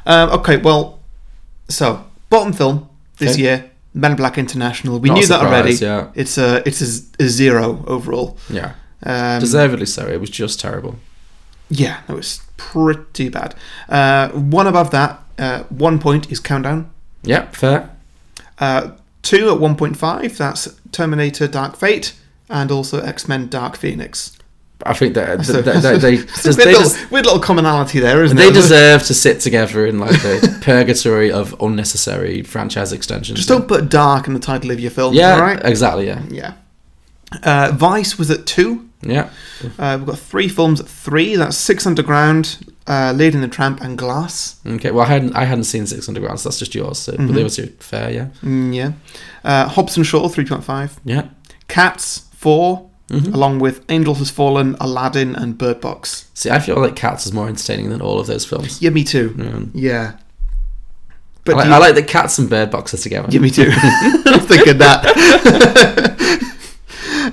A: Um, okay, well, so bottom film this
B: Okay.
A: year, Men in Black International. We
B: Not a
A: knew that already.
B: surprise, yeah.
A: It's a it's a, z- a zero overall.
B: Yeah,
A: Um,
B: deservedly so. It was just terrible.
A: yeah, that was pretty bad. Uh, one above that, uh, one point is Countdown.
B: Yep, fair.
A: Uh, two at one point five. That's Terminator: Dark Fate and also X Men: Dark Phoenix.
B: I think that,
A: So-
B: that, that- they
A: It's a
B: they,
A: weird,
B: des-
A: little, weird little commonality there, isn't
B: they
A: it?
B: deserve to sit together in like the purgatory of unnecessary franchise extensions.
A: Just don't put dark in the title of your film,
B: Yeah,
A: all right?
B: exactly. Yeah,
A: Yeah. Uh, Vice was at two.
B: yeah.
A: Uh, we've got three films at three. That's Six Underground, uh, Lady and the Tramp, and Glass.
B: Okay. Well, I hadn't I hadn't seen Six Underground, so that's just yours. So, but
A: Mm-hmm.
B: they were two. Fair. Yeah.
A: Mm, yeah. Uh, Hobbs and Shaw, 3.5.
B: Yeah.
A: Cats, 4.
B: Mhm.
A: Along with Angels Has Fallen, Aladdin, and Bird Box.
B: See, I feel like Cats is more entertaining than all of those films.
A: Yeah, me too.
B: Yeah.
A: Yeah.
B: But I, like,
A: do you-
B: I like that Cats and Bird Box are together.
A: Yeah, me too. I was thinking that.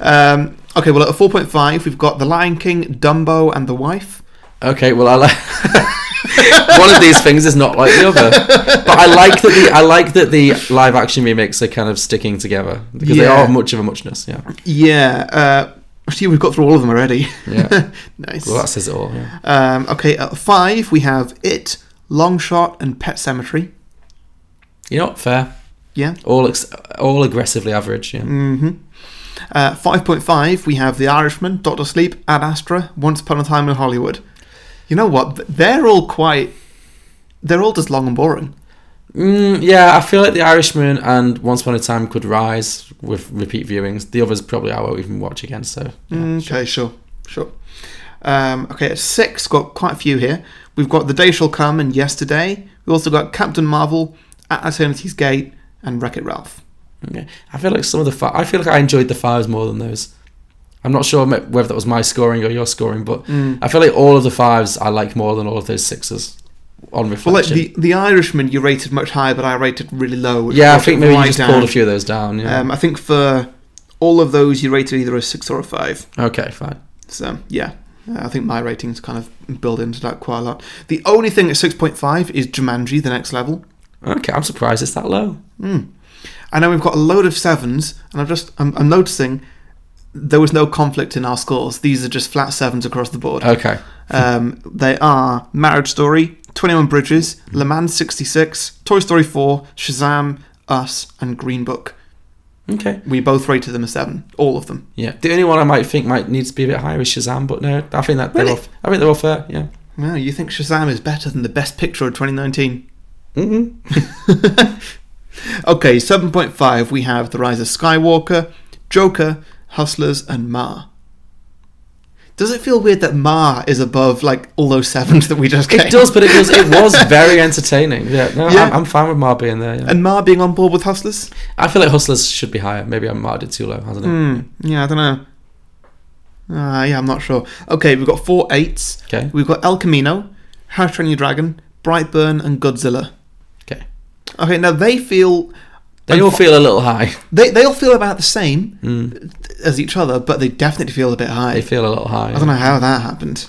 A: um, okay, well, at a 4.5, we've got The Lion King, Dumbo, and The Wife.
B: Okay, well, I like one of these things is not like the other, but I like that the I like that the live action remakes are kind of sticking together because they
A: Yeah.
B: are much of a muchness. Yeah,
A: Yeah. Uh, actually, we've got through all of them already.
B: yeah.
A: nice.
B: well, that says it all. Yeah.
A: um, okay, at 5, we have It, Long Shot, and Pet Cemetery.
B: You know, what? fair.
A: Yeah.
B: All ex- all aggressively average. Yeah.
A: hmm Uh, 5.5, we have The Irishman, Doctor Sleep, Ad Astra, Once Upon a Time in Hollywood. You know what? Th- They're all quite. They're all just long and boring.
B: Mm, yeah, I feel like The Irishman and Once Upon a Time could rise with repeat viewings. The others probably I won't even watch again. So yeah,
A: Mm, okay, sure, sure. Um, okay, at six, got quite a few here. We've got The Day Shall Come and Yesterday. We've also got Captain Marvel, At Eternity's Gate, and Wreck It Ralph.
B: Okay. I feel like some of the fi- I feel like I enjoyed the fives more than those. I'm not sure ma- whether that was my scoring or your scoring, but I feel like all of the fives I like more than all of those sixes.
A: Well,
B: On
A: like
B: reflection,
A: the, the Irishman, you rated much higher, but I rated really low. which
B: yeah, I
A: brought
B: think
A: it
B: maybe you
A: right
B: just
A: down.
B: pulled a few of those down. Yeah.
A: Um, I think for all of those, you rated either a six or a five.
B: okay, fine.
A: So yeah, Uh, I think my ratings kind of build into that quite a lot. The only thing at six point five is Jumanji: The Next Level.
B: Okay, I'm surprised it's that low.
A: Mm. I know we've got a load of sevens, and I've just I'm, I'm noticing there was no conflict in our scores. These are just flat sevens across the board.
B: Okay,
A: Um, they are Marriage Story, Twenty One Bridges, Le Mans '66, Toy Story 4, Shazam, Us, and Green Book.
B: okay,
A: We both rated them a seven, all of them.
B: yeah. The only one I might think might need to be a bit higher is Shazam, but no, I think
A: Really?
B: that they're all, I think they're all fair. Yeah.
A: Wow, you think Shazam is better than the Best Picture of 2019?
B: Mm-mm.
A: Mm-hmm. Okay, 7.5. We have The Rise of Skywalker, Joker, Hustlers, and Ma. Does it feel weird that Ma is above like all those sevens that we just gave?
B: It does, but it was it was very entertaining. Yeah, no,
A: Yeah.
B: I'm, I'm fine with Mar being there. Yeah.
A: And Ma being on board with Hustlers?
B: I feel like Hustlers should be higher. Maybe I'm marked it too low, hasn't it?
A: Hmm. Yeah, I don't know. Uh, yeah, I'm not sure. Okay, we've got four eights.
B: Okay,
A: We've got El Camino, How to Train Your Dragon, Brightburn, and Godzilla.
B: okay.
A: Okay, now they feel
B: They all feel a little high.
A: they they all feel about the same
B: Mm,
A: as each other, but they definitely feel a bit high.
B: they feel a little high.
A: I don't know how that happened.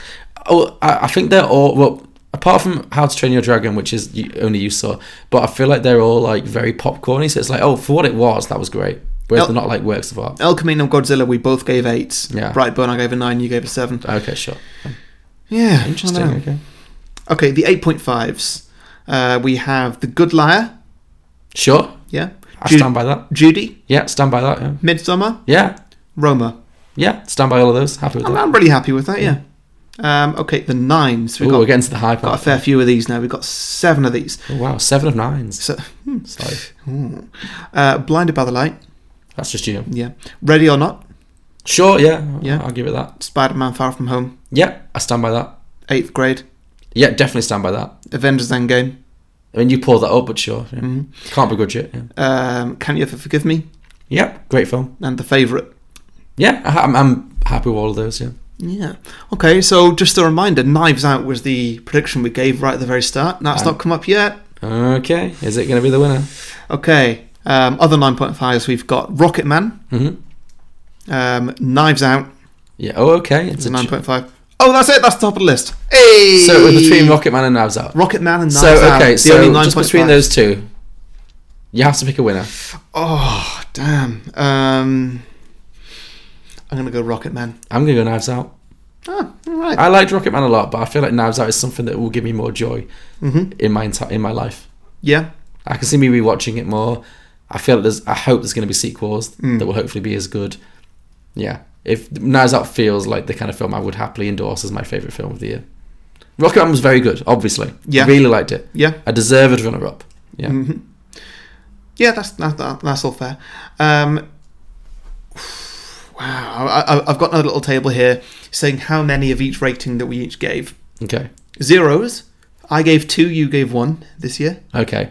B: Oh, I, I think they're all well. Apart from How to Train Your Dragon, which is you, only you saw, but I feel like they're all like very popcorny. So it's like, oh, for what it was, that was great. Whereas
A: No.
B: they're not like works of art.
A: El Camino, Godzilla, we both gave eights.
B: Yeah.
A: Brightburn, I gave a nine. You gave a seven.
B: Okay, sure.
A: Yeah. I don't
B: Interesting.
A: know.
B: Okay.
A: Okay, the eight point fives. Uh, we have the Good Liar.
B: Sure.
A: Yeah.
B: I
A: Ju-
B: stand by that.
A: Judy,
B: Yeah, stand by that. Yeah.
A: Midsummer,
B: Yeah.
A: Roma.
B: Yeah. Stand by all of those. Happy with
A: I'm,
B: that.
A: I'm really happy with that. Yeah. Um, okay, the nines.
B: Ooh,
A: We've got,
B: we're getting to the high
A: got a
B: part.
A: fair few of these now. We've got seven of these.
B: Oh, wow, seven of nines.
A: So,
B: Sorry,
A: ooh. Uh, blinded by the light.
B: that's just you.
A: Yeah. Ready or not?
B: Sure. Yeah.
A: Yeah.
B: I'll give it that.
A: Spider-Man: Far From Home.
B: Yeah, I stand by that.
A: Eighth grade.
B: Yeah, definitely stand by that.
A: Avengers: Endgame.
B: I mean, you pulled that up, but sure. Yeah.
A: Mhm.
B: Can't begrudge it. Yeah.
A: Um, Can you ever forgive me?
B: yeah, great film.
A: And the favorite.
B: Yeah, I- I'm, I'm happy with all of those. Yeah.
A: Yeah. Okay, so just a reminder, Knives Out was the prediction we gave right at the very start. That's
B: Right.
A: not come up yet.
B: Okay, is it going to be the winner?
A: Okay. Um, other 9.5s, we've got Rocket Man,
B: Mm-hmm.
A: um, Knives Out,
B: Yeah. Oh, okay. It's
A: it's
B: a
A: a
B: nine
A: 9.5. Oh, that's it. That's top of the list. Hey!
B: So it was between Rocket Man and Knives Out.
A: Rocket Man and Knives
B: so
A: Out.
B: okay,
A: the
B: so
A: only
B: just
A: 9.5.
B: between those two, you have to pick a winner.
A: Oh, damn. Um, I'm going to go Rocket Man.
B: I'm going to go Knives Out.
A: Ah, all right.
B: I liked Rocket Man a lot, but I feel like Knives Out is something that will give me more joy
A: mm-hmm.
B: in my enti- in my life.
A: Yeah.
B: I can see me rewatching it more. I feel like there's. I hope there's going to be sequels
A: Mm.
B: that will hopefully be as good. Yeah, if Knives Out feels like the kind of film I would happily endorse as my favorite film of the year. Rocketman was very good, obviously.
A: Yeah.
B: really liked it.
A: Yeah.
B: A deserved runner-up. Yeah.
A: Mhm. Yeah, that's that, that, that's all fair. Um, wow, I, I, I've got a little table here saying how many of each rating that we each gave.
B: Okay.
A: Zeros, I gave two, you gave one this year.
B: Okay.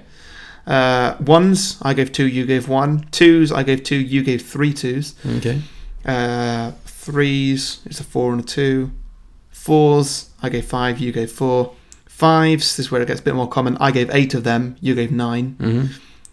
A: Uh, ones, I gave two, you gave one. Twos, I gave two, you gave three twos.
B: Okay.
A: Uh, threes, it's a four and a two. Fours, I gave five, you gave four. Fives, this is where it gets a bit more common. I gave eight of them, you gave nine.
B: hmm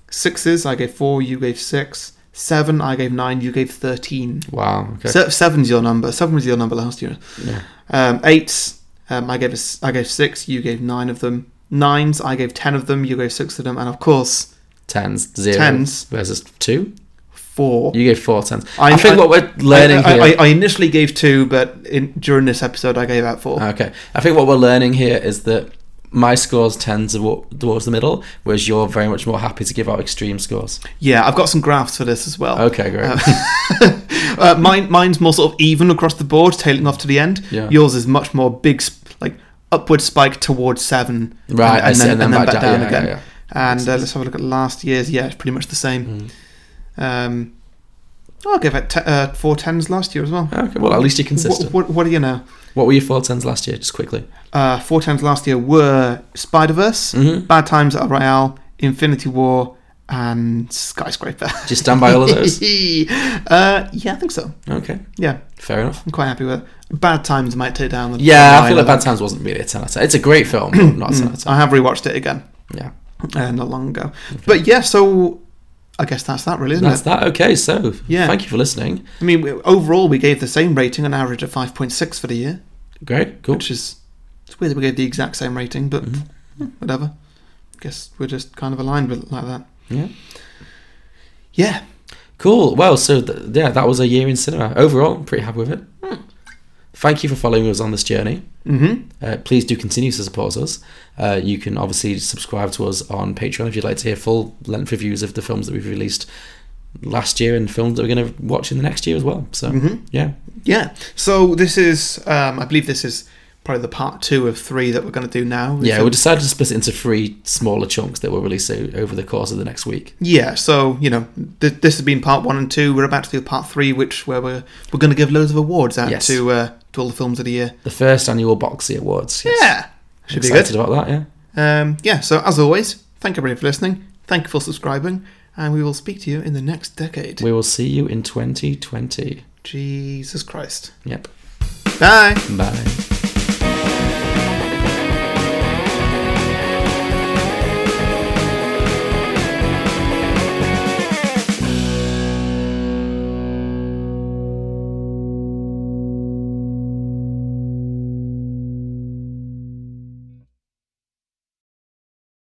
A: Sixes, I gave four, you gave six. Seven, I gave nine, you gave 13.
B: Wow. Okay.
A: Se- seven's your number. Seven was your number last year.
B: yeah.
A: Um, eights, um, I, gave a s I gave six, you gave nine of them. Nines, I gave ten of them, you gave six of them. And of course,
B: Tens. Zero.
A: Tens.
B: versus two.
A: four.
B: You gave four tens.
A: I-
B: I, think
A: I-
B: what we're learning
A: I,
B: here.
A: I, I, I initially gave two, but in, during this episode, I gave out four.
B: Okay. I think what we're learning here is that my scores tend to towards the middle, whereas you're very much more happy to give out extreme scores.
A: yeah, I've got some graphs for this as well.
B: Okay, great.
A: Uh, mine, mine's more sort of even across the board, tailing off to the end.
B: Yeah.
A: Yours is much more big, sp- like upward spike towards seven,
B: right, I see, and, then back, down,
A: again.
B: Yeah,
A: And
B: Makes
A: uh,
B: sense.
A: let's have a look at last year's. Yeah, it's pretty much the
B: yeah,
A: same.
B: yeah. Mm.
A: Um, I'll give it t- uh, four tens last year as well.
B: Okay, well, at least you're consistent.
A: What, what, what are you now?
B: What were your four tens last year, just quickly?
A: Uh, four tens last year were Spider Verse,
B: Mm-hmm.
A: Bad Times at Royale, Infinity War, and Skyscraper.
B: Just stand by all of those.
A: uh, yeah, I think so.
B: Okay,
A: Yeah,
B: fair enough.
A: I'm quite happy with it. Bad Times might take down the.
B: Yeah, I
A: the
B: feel like
A: line
B: Bad Times wasn't really a 10 out of 10. It's a great film, but not a 10 out
A: Mm,
B: of 10.
A: I have rewatched it again
B: Yeah.
A: uh, not long ago. But yeah, so I guess that's that really, isn't
B: That's
A: it?
B: that. Okay, so
A: Yeah.
B: thank you for listening.
A: I mean, we- overall, we gave the same rating, an average of 5.6 for the year,
B: Great, cool.
A: which is it's weird that we gave the exact same rating, but
B: Mhm.
A: eh, whatever. guess we're just kind of aligned with it like that.
B: Yeah.
A: Yeah.
B: Cool. Well, so th- yeah, that was a year in cinema. Overall, I'm pretty happy with it. Thank you for following us on this journey.
A: Mm-hmm.
B: Uh, please do continue to support us. Uh, you can obviously subscribe to us on Patreon if you'd like to hear full length reviews of the films that we've released last year and films that we're going to watch in the next year as well. So,
A: Mhm.
B: yeah.
A: Yeah. So this is, um, I believe this is probably the part two of three that we're going to do now.
B: Yeah,
A: So-
B: we decided to split it into three smaller chunks that we'll release o- over the course of the next week.
A: yeah. So you know, th- this has been part one and two. We're about to do part three, which where we're we're going to give loads of awards out
B: Yes.
A: to uh, to all the films of the year.
B: The first annual Boxy Awards. yes.
A: Yeah, should be
B: Excited
A: good.
B: about that, yeah.
A: Um, yeah. So as always, thank everybody for listening. Thank you for subscribing, and we will speak to you in the next decade.
B: We will see you in 2020.
A: Jesus Christ.
B: Yep.
A: Bye.
B: Bye.